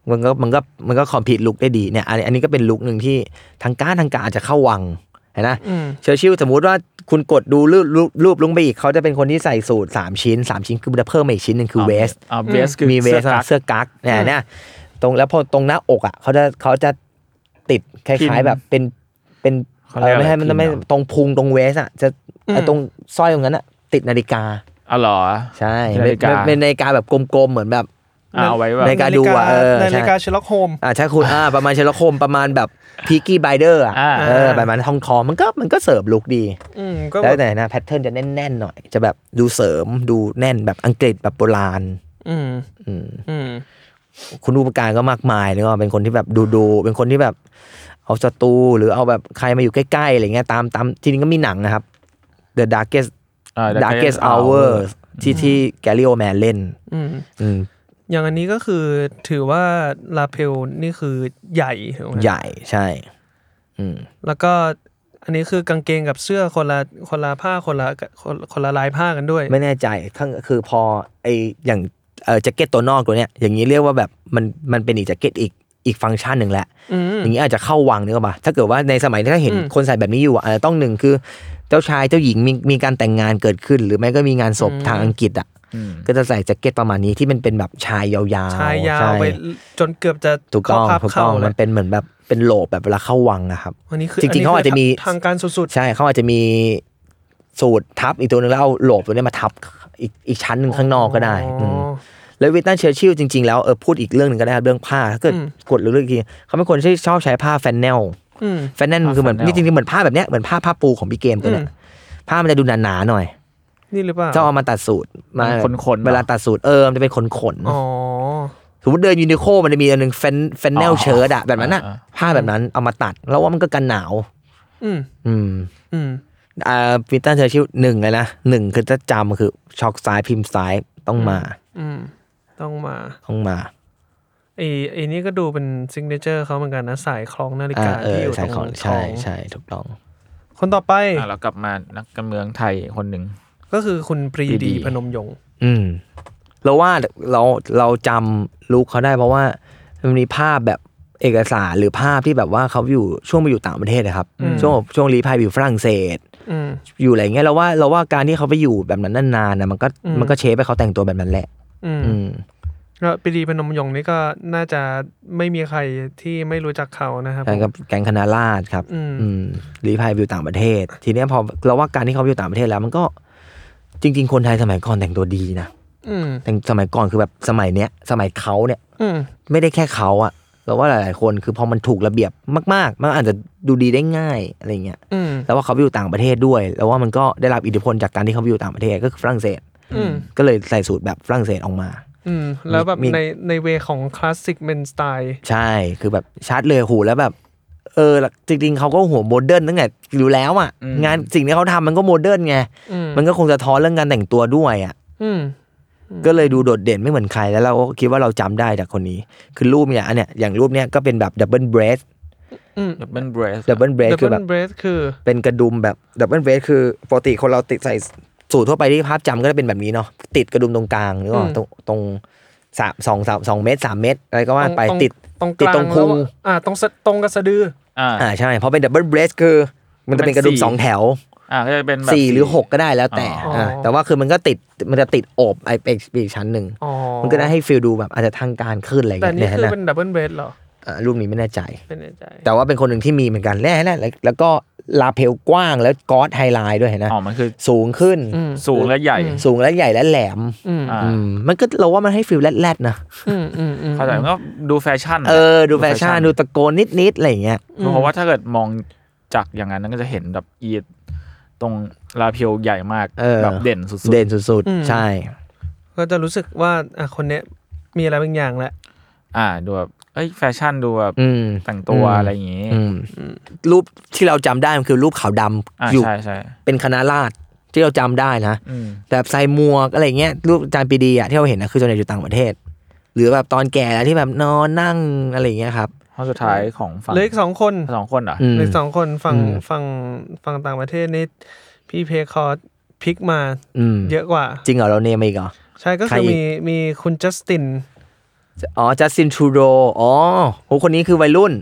D: มันก็มันก็มันก็คอมพิวลุกได้ดีเนี่ยอันอันนี้ก็เป็นลุกหนึ่งที่ทางการทางการอาจจะเข้าวังเห็นนะ
C: อืม
D: เชอร์ชิลสมมุติว่าคุณกดดูรูปรูปรูปลุงไปอีกเขาจะเป็นคนที่ใส่สูตร 3 ชิ้น 3 ชิ้นคือเพิ่มมาอีกชิ้นหนึ่งคือเวส
B: อ่าเวสคือ
D: มีเวส
B: สื้อกั๊ก
D: เสื้อกั๊กเนี่ยเนี่ยตรงแล้วพอตรงหน้าอกอ่ะเขาจะเขาจะติดค
B: พิ
D: ล้า
B: ม
D: ย
B: พ์
D: ๆแบบเป็นเป็น
B: เขา
D: เอ
B: เรียก
D: อไม่ให้
B: อะไร
D: มันไม่
B: พิมพ์เหรอ
D: ตรงพุงตรงเวสอ่ะจะ
C: อืม
D: ไอ้ตรงสร้อยตรงนั้นอ่ะติดนาฬิกา
B: อ๋อเหรอ
D: ใช่
B: นาฬิกา
D: เป็นเป็นนาฬิกาแบบกลมๆเหมือนแบบ
B: อ่าเอาไว้แบบ
D: ใน ฬิ กาดูอะเออใช่
C: นาฬิกาเชลล็อกโฮม
D: อ่าใช่คุณอ่าประมาณเชลโคมประมาณแบบพีกี้ไบเดอร์อ่ะ
B: อ่า
D: เออประมาณทองทองมันก็มันก็เสริมลุกดี
C: อืมก็
D: แล้วแต่นะแพทเทิร์นจะแน่นๆหน่อย จะแบบดูเสริมดูแน่นแบบอังกฤษแบบโบราณ
C: อืม
D: อืม
C: อืม
D: คุณอุปการก็มากมายเลยว่าเป็นคนที่แบบดูดูๆเป็นคนที่แบบ เอาศัตรูหรือเอาแบบใครมาอยู่ใกล้ ๆอะไรเงี้ยตามตามจริงๆก็มีหนังนะครับ The Darkest
B: อ่า
D: Darkest Hour ที่ที่แกลิโอแมนเล่น
C: อืม
D: อืม
C: อย่างอันนี้ก็คือถือว่าลาเพลนี่คือใหญ่ถูกไหม
D: ใหญ่ใช่ อืม
C: แล้วก็อันนี้คือกางเกงกับเสื้อคนละคนละผ้าคนละคนคนละลายผ้ากันด้วย
D: ไม่แน่ใจข้างคือพอไออย่างเออแจ็คเก็ตตัวนอกตัวเนี้ยอย่างนี้เรียกว่าแบบมันมันเป็นอีกแจ็คเก็ตอีกอีกฟังก์ชันหนึ่งแหละ
C: อืม
D: อย่างนี้อาจจะเข้าวังนึกออกปะถ้าเกิดว่าในสมัยที่ถ้าเห็น
C: อืม
D: คนใส่แบบนี้อยู่อะอาจจะต้องหนึ่งคือ เจ้าชายเจ้าหญิงมีมีการแต่งงานเกิดขึ้น หรือไม่ก็มีงานศพ
C: อืม
D: ทางอังกฤษอ่ะ
B: อืม
D: ก็จะใส่แจ็คเก็ตประมาณนี้ที่มันเป็นแบบชายยาวๆ
C: ชายยาว
D: ใช่
C: ไปจนเกือบจะ
D: ถูกต้อง
C: เข้าพับ
D: ถูก
C: เข่า
D: ต้อง
C: เล
D: มั
C: ย
D: นเป็นเหมือนแบบเป็นโหลบแบบเวลาเข้าวังนะครับ
C: อันนี้คือ
D: จริงๆ
C: นนี้
D: เขาอาจจะมี
C: ทางการสุด
D: ใช่เขาอาจจะมีสูตรทับอีกตัวหนึ่งแล้วเอาโหลบตัวเนี้ยมาทับอีกอีกชั้นหนึ่งข้างนอกก็ได้
C: อ๋ออื
D: มแล้ววิตตันเชอร์ชิลจริงๆแล้วเออพูดอีกเรื่องหนึ่งก็ได้ครับเรื่องผ้าถ้าเกิด
C: อืม
D: กดเรื่องอีกทีเขาเป็นคนที่ชอบใช้ผ้าแฟนเนล
C: ๆ อืม
D: แฟนแนน
B: อ่า
D: คือเหมือน
B: flannel
D: นี่จริงๆเหมือนผ้าแบบเนี้ยเหมือนผ้าผ้าปูของพี่เกมตัวเนี้ย
C: อืม
D: ผ้ามันจะดูหนาๆหน่อย
C: นี่หรือเปล่า
D: เจ้าเอามาตัดสูตรมา
B: มันขนๆเหรอ
D: เวลาตัดสูตรเออมันจะเป็นขนขนๆ
C: อ๋อ
D: สมมติเดินยูนิโคมันจะมีอันหนึ่งแฟนแฟนแนล
B: อ๋อ
D: เชิ้ตอะแบบนั้นอะ
B: อ่า
D: ผ้าแบบนั้นเอามาตัด แล้วว่ามันก็กันหนาว
C: อืม
D: อืม
C: อืม
D: อ่าวินตันเชอร์ชิลหนึ่งเลยนะหนึ่งคือถ้าจำคือช็อกซ้ายพิมพ์ซ้ายต้องมา
C: อืม ต้องมา
D: ต้องมา
C: ไอ้ไอ้นี่ก็ดูเป็นซิงเกิลเขาเหมือนกันนะ สายคล้องนา
D: อ่าก
C: ฬิา
D: เออ
C: ที่อยู่ต
D: ใช่
C: รง
D: ข
C: ท้
D: อ
C: อง ง
D: ใช่ใช่ถูกต้อง
C: คนต่อไป
B: อ่ะเรากลับมานักการเมืองไทยคนหนึ่ง
C: ก็คือคุณปรี
B: ปรีดี
C: ดีพนมยงค์
D: อืมเราว่าเราเราจำลุคเขาได้เพราะว่ามันมีภาพแบบเอกสารหรือภาพที่แบบว่าเขาอยู่ช่วงไปอยู่ต่างประเทศนะครับ ช่วงช่วงรีพายไปอยู่ฝรั่งเศส
C: อืม
D: อยู่อะไรเงี้ยเราว่าเราว่าการที่เขาไปอยู่แบบนั้นนานๆนะมันก็
C: อืม
D: มันก็เชฟไปเขาแต่งตัวแบบนั้นแหละ
C: อืม
D: อืม
C: แล้วปรีดีพนมยงค์นี่ก็น่าจะไม่มีใครที่ไม่รู้จักเขานะครับ
D: การกับแกงคณะราษฎรครับ
C: อืม
D: อืมรีพายไปอยู่ต่างประเทศ ทีเนี้ยพอเราว่าการที่เขาไปอยู่ต่างประเทศแล้ว มันก็จริง ๆ คนไทยสมัยก่อนแต่งตัวดีนะ
C: อืม
D: แต่งสมัยก่อนคือแบบสมัยเนี้ยสมัยเขาเนี่ย
C: อืม
D: ไม่ได้แค่เขาอะเราว่าหลาย ๆ คนคือพอมันถูกระเบียบมาก ๆ มันอาจจะดูดีได้ง่ายอะไรเงี้ย
C: อืม
D: แล้วว่าเขาไปอยู่ต่างประเทศด้วย แล้วว่ามันก็ได้รับอิทธิพลจากการที่เขาไปอยู่ต่างประเทศก็คือฝรั่งเศส
C: อืม
D: ก็เลยใส่สูตรแบบฝรั่งเศสออกมา
C: อืมแล้วแบบ
D: มี
C: ในในเวของคลาสสิกเมนสไตล์
D: ใช่คือแบบชัดเลยหูแล้วแบบ เออจริง ๆ เขาก็หัวโมเดิร์นตั้งแต่อยู่แล้วอะ
B: อืม
D: งานสิ่งที่เขาทำมันก็โมเดิร์นไง
C: อืม
D: มันก็คงจะท้อนเรื่องการแต่งตัวด้วยอะ
C: อืม
D: ก็เลยดูโดดเด่นไม่เหมือนใครแล้วเราก็คิดว่าเราจำได้จากคนนี้คือรูปเนี่ยอันเนี้ยอย่างรูปเนี้ยก็เป็นแบบดับเบิลเบรส
C: อืม
B: ดับเบิลเบรส
D: ดับเบิลเบรส
C: ดับ
D: คื
C: เบิ
D: อแบบ
C: ลเบรสคือ
D: เป็นกระดุมแบบดับเบิลเวสคือปกติคนเราติดใส่สูตรทั่วไปที่ภาพจำก็จะเป็นแบบนี้เนาะติดกระดุมตรงกลางหรือว่า
C: อืม
D: ตรงตรงสามสองสามสองเมตรสามเมตร อะไรก็ว่าไป
C: รง
D: ติด
C: ตรง
D: ติด
C: กลาง
D: ตรงพุง
C: แล้วอะอ่าตรงสะตรงกับสะดือ
B: อ่า
D: อ่าใช่เพราะเป็นดับเบิลเบสคือ มันจะเป็นกระดุ
B: มั
D: ม
B: นเป็นสี่
D: สองแถว
B: อ่าก็จะเป็นแบบ
D: สี่หรือหกก็ได้แล้วแต่
B: อ๋ออ่
D: าแต่ว่าคือมันก็ติดมันจะติดโอบไอไปอีกชั้นหนึ่ง
C: อ๋อ
D: มันก็ได้ให้ฟิลดูแบบอาจจะทางการขึ้นอะไรอย่าง
C: แต่
D: เงี้ย
C: นี่
D: เนี่ย
C: คือ
D: นะ
C: เป็นดับเบิลเบรดเหรอ
D: อ่ารูปนี้ไม่แน่ใจ
C: เป็นใจ
D: แต่ว่าเป็นคนหนึ่งที่มีเหมือนกันแน่แน่แล้วก็ลาเพลกว้างแล้วกอสไฮไลท์ด้วยเห็นนะ
B: อ๋อมันคือ
D: สูงขึ้น
C: อืม
B: สูงและใหญ่
C: อืม
D: สูงและใหญ่และแหลม
C: อืม
B: อ่า
D: อืมมันก็เราว่ามันให้ฟิลแรดๆนะ
C: อืมอืมอืม
B: เข้าใจมันก็ดูแฟชั่น
D: เออ ดูแฟชั่น ดูตะโกนนิดๆ อะไรอย่างเงี้ย
B: เพราะว่าถ้าเกิดมอง จักรอย่างนั้นก็จะเห็นแบบอีดตรงลาเพียวใหญ่มาก
D: เออ
B: แบบเด่นสุด
D: เด่นสุด
C: อืม
D: ๆ ใช่
C: ก็จะรู้สึกว่าอ่ะคนเนี้ยมีอะไรบางอย่างแหละ
B: ๆ อ่าดูแบบเอ้ยแฟชั่นดูแบบ
D: อืม
B: แต่งตัว
D: อืม
B: อะไรอย่างงี้
D: อืมรูปที่เราจำได้มันคือรูปขาวดำ
B: อ่า
D: อยู่
B: ใช่ใช่
D: เป็นคณะราษฎรที่เราจำได้นะ
B: อืม
D: แบบใส่หมวกอะไรเงี้ยรูปอาจารย์ปรีดีอะที่เราเห็นนะคือส่วนใหญ่อยู่ต่างประเทศ หรือแบบตอนแก่แล้วที่แบบนอนนั่งอะไรเงี้ยครับ
B: ห้องสุดท้ายของฝั่ง
C: เหลืออีกสองคน
B: สองคนเหรอ
D: อืม
C: เหลืออีกสองคนฝั่ง
D: อืม
C: ฝั่งฝั่งต่างประเทศนี่พี่เพคอร์พิกมา
D: อืม
C: เยอะกว่า
D: จริงเหรอเราเนมมาอีกเหรอ
C: ใช่ก็
D: ใคร
C: คือ
D: อีก
C: มีมีคุณจัสติน
D: อ๋อจัสตินทรูโดอ๋อโหคนนี้คือวัยรุ่น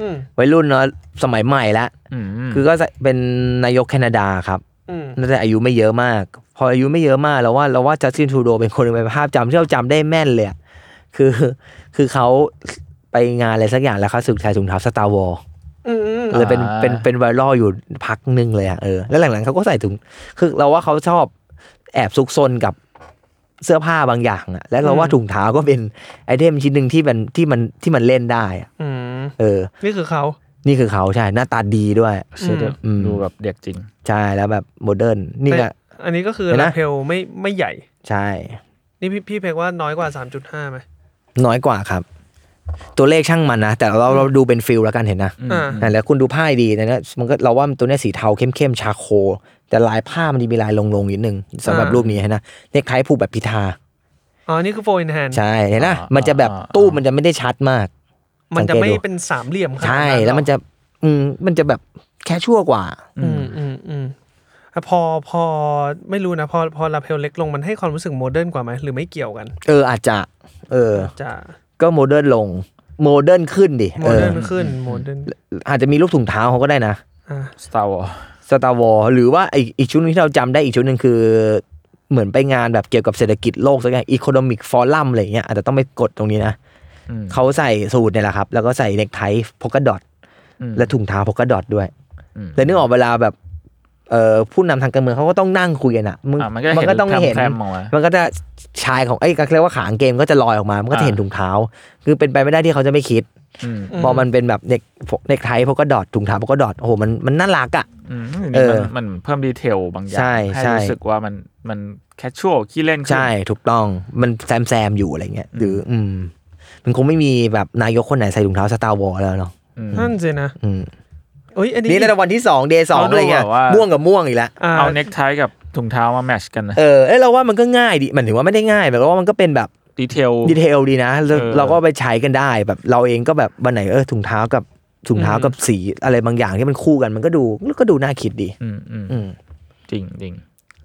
C: อืม
D: วัยรุ่นเนาะสมัยใหม่ละ
B: อืม
D: คือก็จะเป็นนายกแคนาดาครับ
C: อืม
D: น่าจะอายุไม่เยอะมาก พออายุไม่เยอะมากเราว่าเราว่าจัสตินทรูโดเป็นคนหนึ่งในภาพจำที่เราจำได้แม่นเลยอะคือคือเขาไปงานอะไรสักอย่างแล้วเขาสึกชายถุงเท้าสตาร์วอล
C: อืมอืม
D: เลยเป็นเป็นเป็นไวรัลอยู่พักหนึ่งเลยอะเออแล้วหลังๆเขาก็ใส่ถุงคือเราว่าเขาชอบแอบซุกซนกับเสื้อผ้าบางอย่างอะและเราว่า
C: อืม
D: ถุงเท้าก็เป็นไอเทมชิ้นหนึ่งที่มันที่มันที่มันเล่นได้อะ
C: อืม
D: เออ
C: นี่คือเขา
D: นี่คือเขาใช่หน้าตาดีด้วย
B: เชื่อเถอะ
D: อืม
B: ดูแบบเด็กจริง
D: ใช่แล้วแบบโมเดิร์นนี่
C: แต่
D: ก็
C: อันนี้ก็คือ
D: เห็นไหม
C: ลาเพลไม่ไม่ใหญ่
D: ใช่
C: นี่พี่พี่เพกว่าน้อยกว่า 3.5ไหม
D: น้อยกว่าครับ ตัวเลขช่างมันนะแต่เราเราดูเป็นฟิลแล้วกันเห็นนะ
B: อืม
C: อ่า
D: อ่ะแล้วคุณดูผ้าดีนะเนี่ยมันก็เราว่ามันตัวเนี้ยสีเทาเข้มๆชาโคลแต่ลายผ้ามันจะมีลายลงๆนิดนึงสำหรับ
C: อ่ารู
D: รูปนี้นะเนคไทผูกแบบพิธา
C: อ๋อ นี่คือโฟนแฮน
D: ใช่เห็นไหม
B: อ่า
D: มันจะแบบ
B: อ่า
D: ตู้มันจะไม่ได้ชัดมาก
C: มันจะ
D: สังเกตดู
C: ไม่เป็นสามเหลี่ยมครับ
D: ใช่แล้วมันจะ อืมมันจะแบบแค่ชั่วกว่า
C: อืมอืมอืมอ่ะพอพอไม่รู้นะพอพอลาเพลเล็กลงมันให้ความรู้สึกโมเดิร์นกว่าไหมหรือไม่เกี่ยวกัน
D: เอออาจจะ เออ
C: จะ
D: ก็โมเดิร์นลงโมเดิร์นขึ้นดิ
C: โม
D: เออ
C: เดิร์นขึ้นโมเดิร์น
D: อาจจะมีรูปถุงเท้าเขาก็ได้นะ
C: อ่ะ
B: Star Wars
D: สตาร์วอลหรือว่าอีกอีกชุดหนึงที่เราจำได้อีกชุดหนึ่งคือ เหมือนไปงานแบบเกี่ยวกับเศรษฐกิจโลกสักอย่างอีโคโนมิกฟอรัมอะไรอย่างเงี้ยอาจจะต้องไปกดตรงนี้นะ
B: อืม
D: เขาใส่สูทเนี่ยแหละครับ แล้วก็ใส่เนคไทพกกระดอท
B: อืม
D: และถุงเท้าพกกระดอทด้วย
B: อืม
D: แล้วนึกออกเวลาแบบเอ่อผู้นำทางการเมืองเขาก็ต้องนั่งคุยกันอ่ะมึง
B: อ่ะมันก็
D: มันก็ต้องเห็น
B: แพรมๆออกมา
D: มันก็จะชายของไอ้ยก็เรียกว่าขางเกมก็จะลอยออกมา มันก็จะเห็น
B: อ่า
D: ถุงเท้า คือเป็นไปไม่ได้ที่เขาจะไม่คิด
B: อืม
C: อืม
D: พอมันเป็นแบบเด็กเด็กไทยพวกก็ดอดถุงเท้าพวกก็ดอดโอ้โหมันมันน่ารักอ่ะ
B: อืม
D: เออ
B: มันมันเพิ่มดีเทลบางอย่าง
D: ใช่ใช่
B: รู้สึกว่ามันมันแคชชวลขี้เล่นขึ้น
D: ใช่ถูกต้องมันแซมแซมๆอยู่อะไรเงี้ยหรืออืม มันคงไม่มีแบบนายกคนไหนใส่ถุงเท้าสตาร์วอลแล้วเนาะ
B: อืม
C: นั่นสินะ
D: อืม
C: เอ้ยอันนี้
D: นี่ในวันที่สองเดย์สอง
B: เราดู
D: อะไรเงี้ย
B: แบบว่า
D: ม่วงกับม่วงอีกแล้ว
C: อ่า
B: เอาเน็กไทกับถุงเท้ามาแมทชกันนะ
D: เออเอ้ยเราว่ามันก็ง่ายดิมันถึงว่าไม่ได้ง่ายแต่ว่ามันก็เป็นแบบ
B: ดีเทล
D: ดีเทลดีนะเรา
B: เออ
D: เราก็ไปใช้กันได้แบบเราเองก็แบบวันไหนเออถุงเท้ากับถุงเท้ากับสีอะไรบางอย่างที่มันคู่กันมันก็ดูก็ดูน่าคิดดี
B: อืมอืม
D: อืม
B: จริงจริง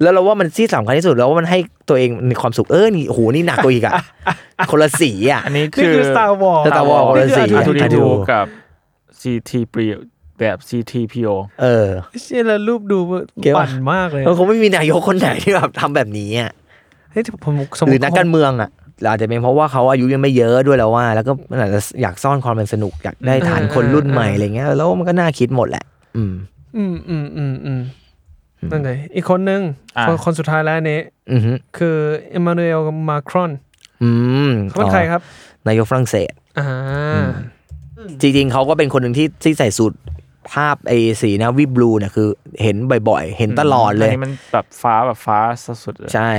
D: แล้วเราว่ามันที่สำคัญที่สุดแล้วว่ามันให้ตัวเองมีความสุขเออนี่โอ้โหนี่หนักกว่าอีกอ่ะ คนละสีอ่ะ
B: อันนี้
C: นี่
B: คือ
C: คือ Star Wars
D: Star Wars
C: นี่คือ
D: คนละสี
C: อัน
B: ทู
C: ที่
B: ดี
D: ดู
B: ทูกับ CTP แบบ CTPO
D: เออ
C: เชี่ยแล้วรูปดู
D: เก๋ว่ะ
C: ปั่นมากเลย
D: มันคงไม่มีนายกคนไหนที่แบบทำแบบนี้อ่ะ
C: เฮ้ยผมสม
D: ห
C: ม
D: รือ
C: ติ
D: นักการเมืองอ่ะอาจจะเป็นเพราะว่าเขาอายุยังไม่เยอะด้วยแล้วว่า แล้วก็มันอาจจะอยากซ่อนความเป็นสนุกอยากได้ฐานคนรุ่นใหม่อะไรเงี้ยแล้วมันก็น่าคิดหมดแหละ อืม
C: อืมอืมอืมอืมนั่นไงอีกคนนึง
B: อ่า
C: คนคนสุดท้ายแล้วอันนี้
D: อือหือ
C: คือเอมมานูเอลมาครอน
D: อืม
C: เขาเป็นใครครับ
D: นายกฝรั่งเศส
C: อ่า
D: จริงๆเขาก็เป็นคนหนึ่งที่ที่ใส่สูตรภาพไอ้สีหนาวิบลูเนี่ยคือเห็นบ่อยๆ เห็นตลอดเลย
B: นนี้มันแบบฟ้าแบบฟ้าสุดๆเลย
D: ใช่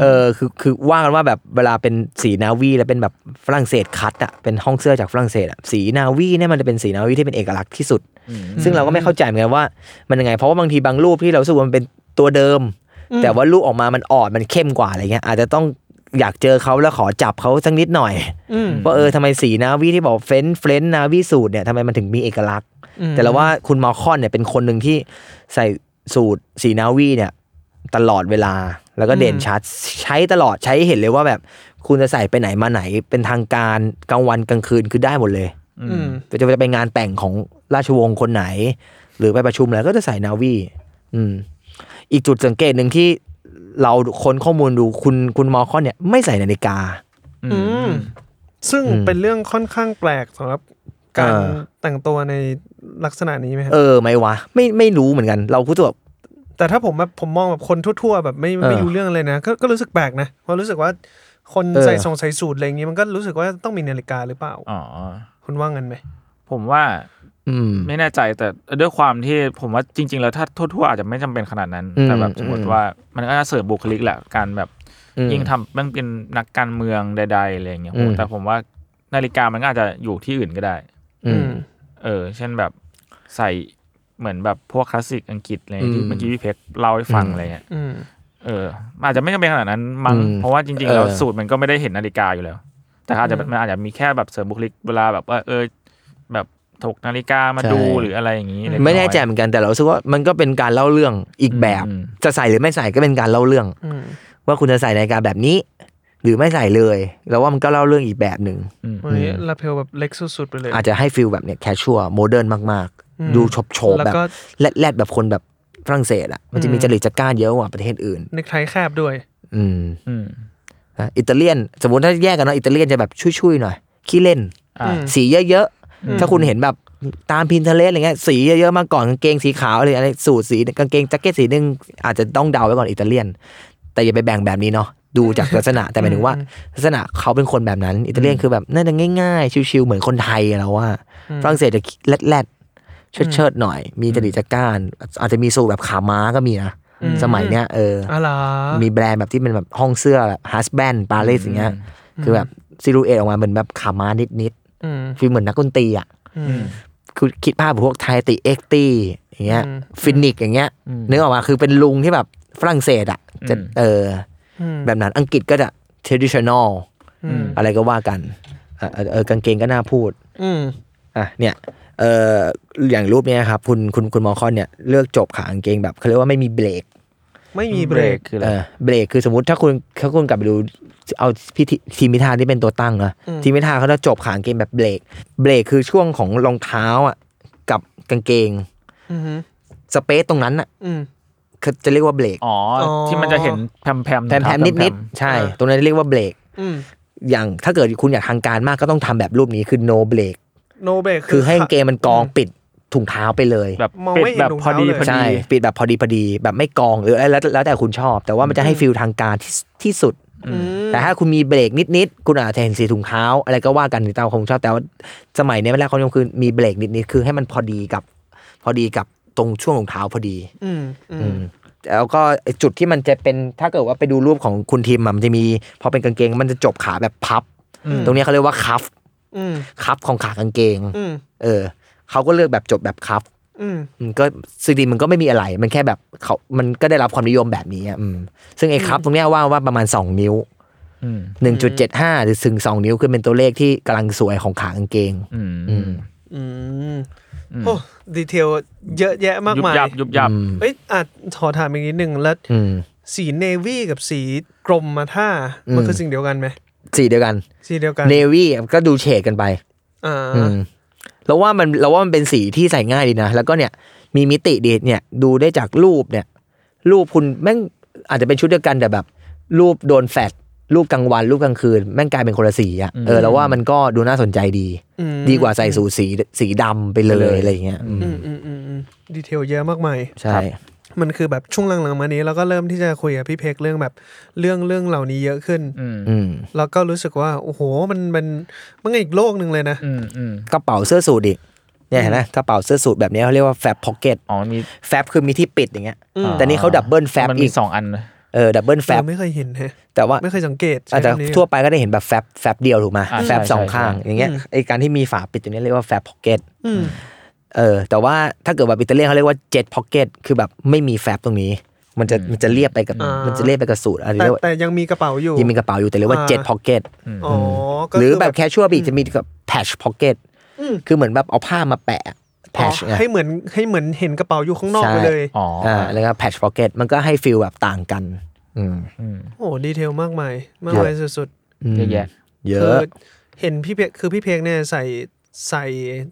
D: เออคือคือว่ากันว่าแบบเวลาเป็นสีนาวีแล้วเป็นแบบฝรั่งเศสคัดอ่ะเป็นห้องเสื้อจากฝรั่งเศสอะสีนาวีเนี่ยมันจะเป็นสีนาวีที่เป็นเอกลักษณ์ที่สุด
B: อืม
D: ซึ่งเราก็ไม่เข้าใจเหมือนกันว่ามันยังไง เพราะว่าบางทีบางรูปที่เรารู้สึกว่ามันเป็นตัวเดิม แต่ว่ารูปออกมามันอ่อนมันเข้มกว่าอะไรเงี้ยอาจจะต้องอยากเจอเขาแล้วขอจับเขาสักนิดหน่อย
C: อืม
D: ว่าเออทำไมสีนาวีที่บอกเฟนเฟนนาวีสูตรเนี่ยทำไมมันถึงมีเอกลักษณ์
C: อืม
D: แต่เราว่าคุณมาคอนเนี่ยเป็นคนหนึ่งที่ใส่สูตรสีนาวีเนี่ย ตลอดเวลาแล้วก็เด่นชัดใช้ตลอดใช้ให้เห็นเลยว่าแบบคุณจะใส่ไปไหนมาไหนเป็นทางการกลางวันกลางคืนคือได้หมดเลย
C: อืม
D: จะจะไปงานแต่งของราชวงศ์คนไหน หรือไปประชุมอะไรก็จะใส่นาวีอืม อีกจุดสังเกตหนึ่งที่เราค้นข้อมูลดูคุณคุณมอคอนเนี่ยไม่ใส่นาฬิกา
B: อื
C: อื
B: ม
C: มซึ่งเป็นเรื่องค่อนข้างแปลกสำหรับการ
D: เออ
C: แต่งตัวในลักษณะนี้ไหมครับ
D: เออไหม่วะไม่ไม่รู้เหมือนกัน เราคุ้ตัวา
C: แต่ถ้าผมแบบผมมองแบบคนทั่วๆ แบบไม่
D: เออ
C: ไม่รู้เรื่องเลยนะก็ก็รู้สึกแปลกนะเพราะรู้สึกว่าคน
D: เออ
C: ใส่ทรงใส่สูทอะไรอย่างนี้มันก็รู้สึกว่าต้องมีนาฬิกาหรือเปล่า
B: อ๋อ
C: คุณว่างั้นไหม
B: ผมว่า
D: อืม
B: ไม่แน่ใจแต่ด้วยความที่ผมว่าจริง ๆ แล้วถ้าทั่วๆอาจจะไม่จำเป็นขนาดนั้น
D: อืม
B: แต่แบบสมมติว่ามันก็จะเสริมบุคลิกแหละการแบบ
D: อืม
B: ยิ่งทำมันเป็นนักการเมืองใดๆอะไรอย่างเงี้ย
D: อืม
B: แต่ผมว่านาฬิกามันก็อาจจะอยู่ที่อื่นก็ได้
D: อืม
B: เออ เช่นแบบใส่เหมือนแบบพวกคลาสสิกอังกฤษอะไรที่
D: อืม
B: เมื่อกี้พี่เพกเล่าให้ฟัง
D: อืม
B: อะไรเงี้ย
C: อืม
B: เอออาจจะไม่จำเป็นขนาดนั้นมั้ง
D: อืม
B: เพราะว่าจริงๆแล้ว
D: เออ
B: สูตรมันก็ไม่ได้เห็นนาฬิกาอยู่แล้ว แต่อาจจะ
C: อืม
B: มันอาจจะมีแค่แบบเสริมบุคลิกเวลาแบบว่าเออแบบถกนาฬิกามาดูหรืออะไรอย่างนี้เล็ก
D: ไม่แน่ใจ
B: อย
D: เหมือนกันแต่เรารู้สึกว่ามันก็เป็นการเล่าเรื่องอีกแบบ
B: อืม
D: จะใส่หรือไม่ใส่ก็เป็นการเล่าเรื่อง
C: อืม
D: ว่าคุณจะใส่นาฬิกาแบบนี้ หรือไม่ใส่เลยแล้วว่ามันก็เล่าเรื่องอีกแบบหนึ่ง
B: อืม
C: วันนี้ลาเพลแบบเล็กสุดๆไปเลย
D: อาจจะให้ฟิลแบบเนี่ยแคชชัวโมเดิร์นมาก
C: อืม
D: ๆ ดูโฉบโฉบ
C: แล้ว
D: แบบ
C: ก็
D: แรดแรดแบบคนแบบฝรั่งเศสอ่ะมันจะมี
C: อืม
D: จริตจักก้านเยอะกว่าประเทศอื่น
C: นึกไทยแคบด้วย
D: อืม
B: อืม
D: นะอิตาเลียน สมมติถ้าแยกกันเนาะอิตาเลียนจะแบบชุยๆหน่อยขี้เล่น
B: อ่า
C: ม
D: สีเยอะๆ ถ้าคุณเห็นแบบตามพินเทเลสอะไรเงี้ยสีเยอะๆมาก่อนกางเกงสีขาวอะไรอะไรสูทสีกางเกงแจ็คเก็ตสีหนึงอาจจะต้องเดาไว้ก่อนอิตาเลียน แต่อย่าไปแบ่งแบบนี้เนาะดูจากลักษณะแต่หมายถึงว่าลักษณะเขาเป็นคนแบบนั้นอิตาเลียนคือแบบน่าจะง่ายๆ ชิวๆเหมือนคนไทยเราว่าฝรั่งเศสจะแรดๆเชิดๆหน่อย มีจริตจักรก้าน อาจจะมีสูทแบบขาม้าก็มีนะ
C: อืม
D: สมัยเนี้ยเอออ
C: อ๋อเหรอ
D: มีแบรนด์แบบที่เป็นแบบห้องเสื้อแบบฮัสแบนปาเลสอย่างเงี้ย คือแบบซิลูเอตออกมาเหมือนแบบขาม้านิด
C: อืม
D: ๆฟีลเหมือนนักดนตรีอ่ะ
C: อืม
D: คือคิดภาพพวกไทติเอ็กตี้อย่างเงี้ย
C: อืม
D: ฟินิกอย่างเงี้ย
B: อืม
D: นึกออกมาคือเป็นลุงที่แบบฝรั่งเศสอ่ะจะ
B: อืม
D: เออ
C: อืม
D: แบบนั้นอังกฤษก็จะ traditional
C: อืม
D: อะไรก็ว่ากันอ่ะเออเออกางเกงก็น่าพูด
C: อืม
D: อ่ะเนี่ยเอออย่างรูปเนี้ยครับคุณคุณคุณมอคอนเนี่ยเลือกจบขากางเกงแบบเขาเรียกว่าไม่มีเบรก
C: ไม่มีเบรก
B: คืออะไร
D: เออเบรกคือสมมติถ้าคุณถ้าคุณกลับไปดูเอาพี่ทิทีมพิธาที่เป็นตัวตั้งนะ
C: อืม
D: ทีมพิธาเขาจะจบขากางเกงแบบเบรกเบรกคือช่วงของรองเท้าอ่ะกับกางเกง
C: อืม
D: สเปซตรงนั้นอ่ะ
C: อืม
D: เขาจะเรียกว่าเบรก
B: อ๋อ
C: อ๋อ
B: ที่มันจะเห็นแผ่นแผ่น
D: แผ่นๆนิดๆใช่ ตรงนั้นเรียกว่าเบรก
C: อืม
D: อย่างถ้าเกิดคุณอยากทางการมากก็ต้องทำแบบรูปนี้คือ no break
C: โนเบรก
D: คือให้กางเกงมันกองปิดถุงเท้าไปเลย
B: แบบ
C: มอง
B: ปิด
C: ไม่เห็น
B: แบบ
C: รอง
B: พอ
C: เท้า
B: ดี
C: เลย
B: พอ
D: ใช่
B: ดี
D: ปิดแบบพอดีพอดีแบบไม่กองหรืออะไรแล้วแล้วแต่คุณชอบ แต่ว่ามันจะให้ฟิลทางการที่ที่สุด
C: อืม
D: แต่ถ้าคุณมีเบรกนิด ๆ คุณอาจจะเห็นสีถุงเท้า อะไรก็ว่ากันถึงตามความชอบแต่ว่าสมัยเนี้ยเวลาเขายมคือมีเบรกนิด ๆ คือให้มันพอดีกับ พอดีกับตรงช่วงรองเท้าพอดี
C: อืมอื
D: อื
C: ม
D: มแล้วก็ไอ้จุดที่มันจะเป็นถ้าเกิดว่าไปดูรูปของคุณทีมอะมันจะมีพอเป็นกางเกงมันจะจบขาแบบพับ
C: อืม
D: ตรงเนี้ยเขาเรียกว่าคัฟ
C: อืม
D: คัฟของขากางเกง
C: อืม
D: เออเขาก็เลือกแบบจบแบบคัฟ
C: อืม
D: อืมก็ซีดีมันก็ไม่มีอะไร มันแค่แบบเขามันก็ได้รับความนิยมแบบนี้อะอืมซึ่งไอ้คัฟตรงเนี้ยว่าว่าประมาณสองนิ้ว
B: อืม
D: หนึ่งจุดเจ็ดห้าหรือถึงสองนิ้วคือเป็นตัวเลขที่กำลังสวยของขากางเกง
B: อืม
D: อืม
C: อืมโอ้ดีเทลเยอะแยะมาก
B: ยุบ
C: มาย
B: ยับยุบยับ
C: เอ้ยอาจขอถามอีกนิดนึงแล้ว
D: อืม
C: สีเนวี่กับสีกรมมาท่า
D: อืม
C: มันคือสิ่งเดียวกันไหม
D: สีเดียวกัน
C: สีเดียวกัน
D: เนวี่ก็ดูเฉดกันไป
C: อ่า
D: อืมเราว่ามันเราว่ามันเป็นสีที่ใส่ง่ายดีนะ แล้วก็เนี่ยมีมิติดีเนี่ยดูได้จากรูปเนี่ย รูปคุณแม่งอาจจะเป็นชุดเดียวกันแต่แบบ รูปโดนแฟลชรูปกลางวัน รูปกลางคืน แม่งกลายเป็นคนละสีอ่ะเออเราว่ามันก็ดูน่าสนใจดี
C: อืม
D: ดีกว่าใส่สูทสีสีดำไปเล
B: ไปเลย ย
D: อะไรอย่างเงี้ยอืม
C: อืมอืมอืมอืมดีเทลเยอะมากมาย
D: ใช่
C: มันคือแบบช่วงหลังๆมานี้เราก็เริ่มที่จะคุยกับพี่เพกเรื่องแบบเรื่องเรื่องเหล่านี้เยอะขึ้น
B: อืม
D: อืม
C: แล้วก็รู้สึกว่า โอ้โห มันมันมันอีกโลกหนึ่งเลยนะ
B: อืมอืม
D: กระเป๋าเสื้อสูทอีกเนี่ยเห็นไหมกระเป๋าเสื้อสูทแบบเนี้ยเขาเรียกว่าแฟบพ็อกเก็ต
B: อ๋อมี
D: แฟบคือมีที่ปิดอย่างเงี้ย
C: อืม
D: แต่นี่เขาดับเบิลแฟบ
B: มัน
D: อี
B: มี
D: ก
B: สองอันนะ
D: เออดับเบิลแฟบ
C: เราไม่เคยเห็นฮะ
D: แต่ว่า
C: ไม่เคยสังเกตใช้
D: อาจจะ
C: คำนี้
D: ทั่วไปก็ได้เห็นแบบแฟบแฟบเดียวถูกไหม
B: อ่า
D: แฟบ
B: ใช่
D: สอง
B: ใช่
D: ข้าง
B: ใช่
D: อย่างเงี้ยไอการที่มีฝาปิดตรงเนี้ยเรียกว่าแฟบพ็อกเก็ต
C: อืม
D: เออแต่ว่าถ้าเกิดแบบอิตาเลียนเขาเรียกว่าเจ็ตพ็อกเก็ตคือแบบไม่มีแฟบตรงนี้ มันจะมันจะเรียบไปกับ
C: ามั
D: มันจะเรียบไปกับสูตรอะไร
C: แต่
D: เรียกว่า
C: แต่ยังมีกระเป๋าอยู่
D: ยังมีกระเป๋าอยู่แต่เรียกว่า
C: อ่า
D: เจ็ตพ็อกเก็ต
C: อ๋อก็
D: หรือ
C: คื
D: แบบแคชชัวร์บีจะมีกับแพชพ็อกเก็ต
C: อืม
D: คือเหมือนแบบเอาผ้ามาแปะแพช
C: อ๋อ
D: ไง
C: ให้เหมือนให้เหมือนเห็นกระเป๋าอยู่ข้างนอก
D: ใช่
C: ไปเลย
B: อ๋ออ่า
D: อ่าแล้วก็แพชพ็อกเก็ตมันก็ให้ฟิลแบบต่างกันอืม
B: อืม
C: โอ้ดีเทลมากมายมากมายสุด
D: ม
B: เยอะแยะ
D: เย
C: ๆ
D: อะ
C: คือเห็นพี่เพกคือพี่เพกเนี่ยใส่ใส่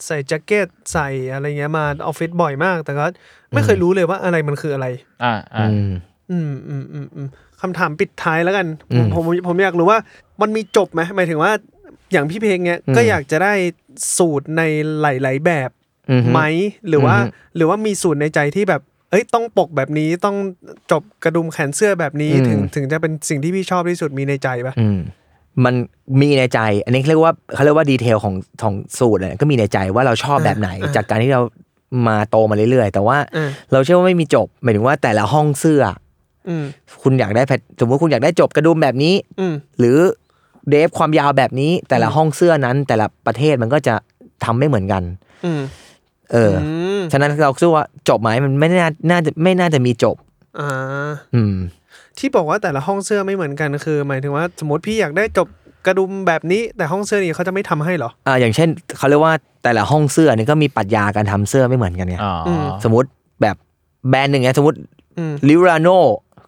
C: ใส่แจ็คเก็ตใส่อะไรเงี้ยมาออฟฟิศบ่อยมาก แต่ก็ไม่เคยรู้เลยว่าอะไรมันคืออะไร
B: อ่าอ่า
D: อืม
C: อืมอืมอืมอืมคำถามปิดท้ายแล้วกันผ
D: อื
C: ม
D: ม
C: ผมผมอยากรู้ว่ามันมีจบไหมหมายถึงว่าอย่างพี่เพลงเนี้ย
D: อืม
C: ก็อยากจะได้สูตรในหลาย ๆ แบบ
D: อือฮึ
C: ไหมหรือว่า
D: อือฮึ
C: หรือว่ามีสูตรในใจที่แบบ เอ้ยต้องปกแบบนี้ต้องจบกระดุมแขนเสื้อแบบนี้ถึงถึงจะเป็นสิ่งที่พี่ชอบที่สุดมีในใจปะ
D: อืม มันมีในใจ อันนี้เรียกว่าเขาเรียกว่าดีเทลของของสูตรเนี่ยก็มีในใจว่าเราชอบแบบไหน จากการที่เรามาโตมาเรื่อยๆ แต่ว่า
C: เออ
D: เราเชื่อว่าไม่มีจบหมายถึงว่าแต่ละห้องเสื้อ
C: อืม
D: คุณอยากได้แพทสมมติคุณอยากได้จบกระดุมแบบนี้
C: อืม
D: หรือเดฟความยาวแบบนี้ แต่ละห้องเสื้อนั้น แต่ละประเทศมันก็จะทำไม่เหมือนกัน
C: อืม
D: เอออ
C: ม
D: ฉะนั้นเราคิดว่าจบไหมมันไม่น่าน่าจะไม่น่าจะมีจบ
C: อ่า
D: อืม
C: ที่บอกว่าแต่ละห้องเสื้อไม่เหมือนกันคือ หมายถึงว่าสมมติพี่อยากได้จบกระดุมแบบนี้ แต่ห้องเสื้อนี้เขาจะไม่ทำให้เหรอ
D: อ่าอย่างเช่นเขาเรียกว่าแต่ละห้องเสื้อนี่ก็มีปรัชญาการทำเสื้อไม่เหมือนกันเนี่ย
B: อ๋ออ
C: ม
D: สมมติแบบแบรนด์หนึ่งไงสมมติ
C: อืม
D: ลิราโน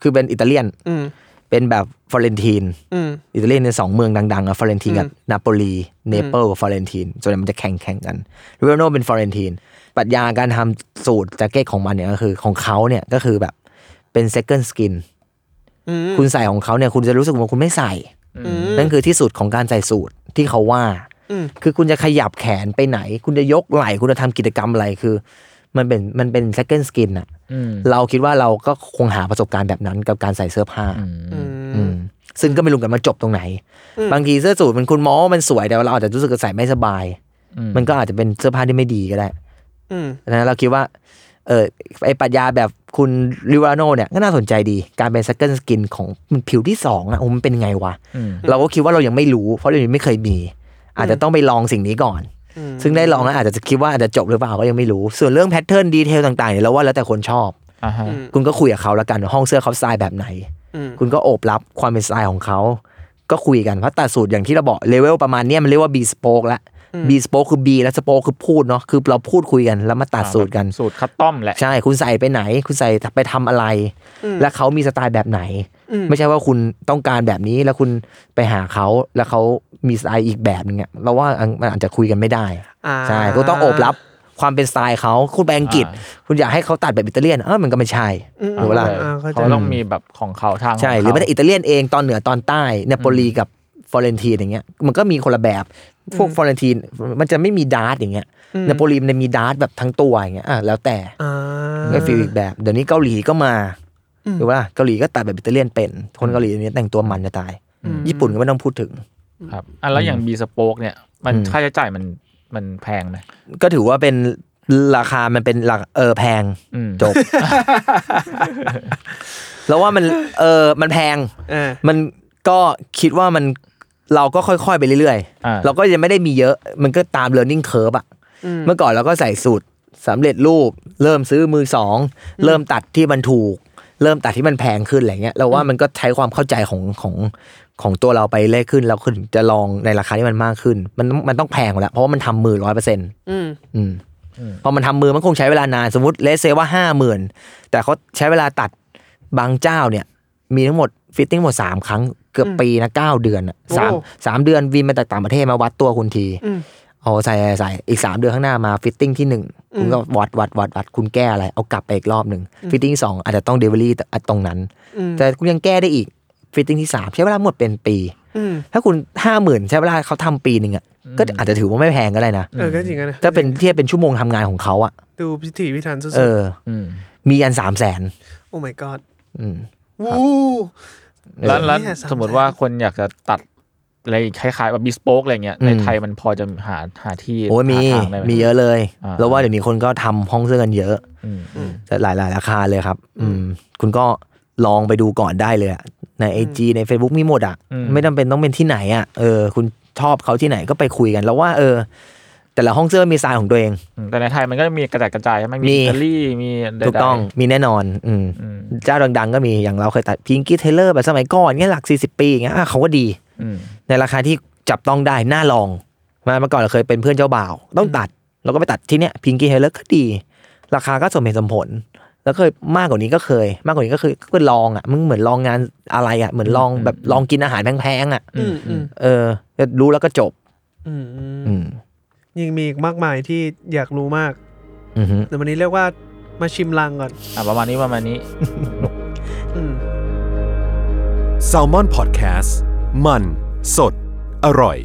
D: คือเป็นอิตาเลียน
C: อืม
D: เป็นแบบฟลอเรนติน
C: อืม
D: อิตาเลียนในยสองเมืองดังๆอะฟลอเรนตินกับ
C: อืม
D: นาโปลีเนเปิลกับฟลอเรนตินส่วนใหญ่มันจะแข่งแข่งกันลิราโนเป็นฟลอเรนตินปรัชญาการทำสูตรแจ็คเก็ตของมันเนี่ยก็คือของเขาเนี่ยก็คือแบบเป็น second skin
C: อืม
D: คุณใส่ของเขาเนี่ยคุณจะรู้สึกว่าคุณไม่ใส่
C: อืม
D: นั่นคือที่สุดของการใส่สูตรที่เขาว่า
C: ม
D: คือคุณจะขยับแขนไปไหน คุณจะยกไหล่ คุณจะทำกิจกรรมอะไร คือ มันเป็น มันเป็น second skin อะ
B: อืม
D: เราคิดว่าเราก็คงหาประสบการณ์แบบนั้นกับการใส่เสื้อผ้า
C: อื
D: อื
C: ม
D: ม ซึ่งก็ไม่รู้กันมาจบตรงไหน
C: อืม
D: บางทีเสื้อสูทมันคุณมองว่ามันสวย แต่ว่าเราอาจจะรู้สึกว่าใส่ไม่สบาย
B: อื
D: มันก็อาจจะเป็นเสื้อผ้าที่ไม่ดีก็ได้
C: อืม
D: ดังนั้นเราคิดว่า เออไอปรัชญาแบบคุณลิวาโนเนี่ย ก็น่าสนใจดี การเป็น second skin ของผิวที่สองอะโอ้มันเป็นไงวะ
B: อืม
D: เราก็คิดว่าเรายังไม่รู้ เพราะเรายังไม่เคยมี อาจจะต้องไปลองสิ่งนี้ก่อน
C: อืม
D: ซึ่งได้ลองแล้วอาจจะคิดว่าอาจจะจบหรือเปล่าก็ยังไม่รู้ ส่วนเรื่องแพทเทิร์นดีเทลต่างๆเนี่ยเราว่าแล้วแต่คนชอบ
B: อ่าฮะ
D: คุณก็คุยกับเขาแล้วกันว่าห้องเสื้อเขาสไตล์แบบไหน
C: อืม
D: คุณก็โอบรับความเป็นสไตล์ของเขา ก็คุยกันเพราะแต่สูตรอย่างที่เราบอกเลเวลประมาณเนี้ยมันเรียกว่า B spoke ละ B spoke คือ B แล้ว spoke คือพูดเนาะคือเราพูดคุยกันแล้วมาตัดสูตรกัน
B: สูตรคัสตอมแหละ
D: ใช่คุณใส่ไปไหน คุณใส่ไปทำอะไร และเขามีสไตล์แบบไหน ไม่ใช่ว่าคุณต้องการแบบนี้แล้วคุณไปหาเขาแล้วเขามีสไตล์อีกแบบนึงอะเราว่ามันอาจจะคุยกันไม่ได้
C: อ่า
D: ใช่คุณต้องโอบรับความเป็นสไตล์เขาคุณไปอังกฤษ
B: อ่
D: คุณอยากให้เขาตัดแบบอิตาเลียนเออมันก็ไม่ใช่ถูกปะล่ะ
C: อ่าเข้าใจ
B: เขาต้องมีแบบของเขาทาง
D: ใช่
B: ขง
D: ห
B: เข
D: รือแม้แต่อิตาเลียนเองตอนเหนือตอนใต้เนโปลีกับฟลอเรนตีนอย่างเงี้ยมันก็มีคนละแบบ พวกฟลอเรนตีนมันจะไม่มีดาร์ตอย่างเงี้ยเนโปลีมันจะมีดาร์ตแบบทั้งตัวอย่างเงี้ยอ่ะแล้วแต่
C: อ่า
D: ก็ฟีลอีกแบบเดี๋ยวนี้เกาหลีก็มาหรือว่าเกาหลีก็ตัดแบบอิตาเลียนเป็น คนเกาหลีเดี๋ยวนี้แต่งตัวมันจะตาย ญี่ปุ่นก็ไม่ต้องพูดถึง
B: ครับอ่ะแล้วอย่างบีสโป๊กเนี่ย มัน
D: อืม
B: ค่าใช้จ่ายมันมันแพงไหม
D: ก็ถือว่าเป็นราคามันเป็นหลักเออแพง
B: อืม
D: จ บ แล้วว่ามันเออมันแพง
C: เออ
D: มันก็คิดว่ามันเราก็ค่อยๆไปเรื่อย
B: อ่า
D: ๆ เราก็ยังไม่ได้มีเยอะมันก็ตาม learning curve อะเมื่อก่อนเราก็ใส่สูตรสำเร็จรูป เริ่มซื้อมือสองเริ่มตัดที่มันถูก เริ่มตัดที่มันแพงขึ้นอะไรเงี้ยเราว่ามันก็ใช้ความเข้าใจของของของตัวเราไปเรื่อยขึ้นเราขึ้นจะลองในราคาที่มันมากขึ้น มันมันต้องแพงอยู่แล้วเพราะว่ามันทำมือร้อยเปอร์เซ็นต์
C: อืม
D: อืมพอมันทำมือมันคงใช้เวลานานสมมติเลสเซว่าห้าหมื่นแต่เขาใช้เวลาตัดบางเจ้าเนี่ย มีทั้งหมดฟิตติ้งหมดสามครั้งเกือบปีนะเก้าเดือนอะ
C: โอ้
D: สามสามเดือนวินมาจากต่างประเทศมาวัดตัวคุณที
C: อืม
D: เอาใส่ใส่อีกสามเดือนข้างหน้ามาฟิตติ้งที่หนึ่งคุณก็วัดวัดวัดวัดคุณแก้อะไร เอากลับไปอีกรอบหนึ่งฟิตติ้งสองอาจจะต้องเดลิเวอรี่ตรงนั้น แต่คุณยังแก้ได้อีกฟิตติ้งที่สามใช้เวลาหมดเป็นปี
C: อืม
D: ถ้าคุณห้าหมื่นใช้เวลาเขาทำปีหนึ่งอะก็อาจจะถือว่าไม่แพงก็ได้นะ
C: เออก็จริงนะ
D: ถ้าเป็นเทียบเป็นชั่วโมงทำงานของเขาอะ
C: ดูพิถีพิถันสุด
D: เออ
B: อืม
D: มียันสามแสน
C: ๆ โอ้ my god
D: อืม
C: วู้
B: แล้วแล้ว
C: เนี่ย
B: สมมติว่าคนอยากจะตัดอะไรคล้ายๆแบบบีสโป๊กอะไรเงี้ย
D: อืม
B: ในไทยมันพอจะหาหาที่
D: โอ้ยมี
B: หาทางได้ไห
D: มีเยอะเลย
B: อ่า
D: แล้วว่าเดี๋ยวนี้คนก็ทำห้องเสื้อกันเยอะ
B: อืมอืม
D: แต่หลายหลายราคาเลยครับ อืม คุณก็ลองไปดูก่อนได้เลยอะในไอจใน Facebook มีหมดอะไม่จำเป็นต้องเป็นที่ไหนอะเออ คุณชอบเขาที่ไหนก็ไปคุยกัน แล้วว่าเออ แต่ละห้องเสื้อมีสไตล์ของตัวเอง
B: อืมแต่ในไทยมันก็มีกระจายกระจายใช่ไหมมี
D: มี
B: อิตาลีมีใดๆ
D: ถูกต้องมีแน่นอน อืม
B: อืม
D: เจ้าดังๆ ก็มีอย่างเราเคยตัดพิงกี้เทเลอร์แบบสมัยก่อนเงี้ยหลัก 40 ปีอย่างเงี้ยอ่ะเขาก็ดี
B: อืม
D: ในราคาที่จับต้องได้น่าลองมาเมื่อก่อนเราเคยเป็นเพื่อนเจ้าบ่าว ต้องตัดเราก็ไปตัดที่เนี้ยพิงกี้เฮเลอร์ก็ดี ราคาก็สมเหตุสมผล แล้วเคยมากกว่านี้ก็เคย มากกว่านี้ก็คือก็ลองอ่ะมึงเหมือนลองงานอะไรอ่ะเหมือนลองแบบลองกินอาหารแพงๆอ่ะ
C: อืมอืม
D: เออก็รู้แล้วก็จบ
C: อืมอืม
D: อืม
C: ยังมีอีกมากมายที่อยากรู้มาก
D: อือฮึ
C: เดี๋ยววันนี้เรียกว่ามาชิมลังก่อน
B: อ่ะประมาณนี้ประมาณนี้
C: อืม
A: s a l m o n PODCAST มัน สด อร่อย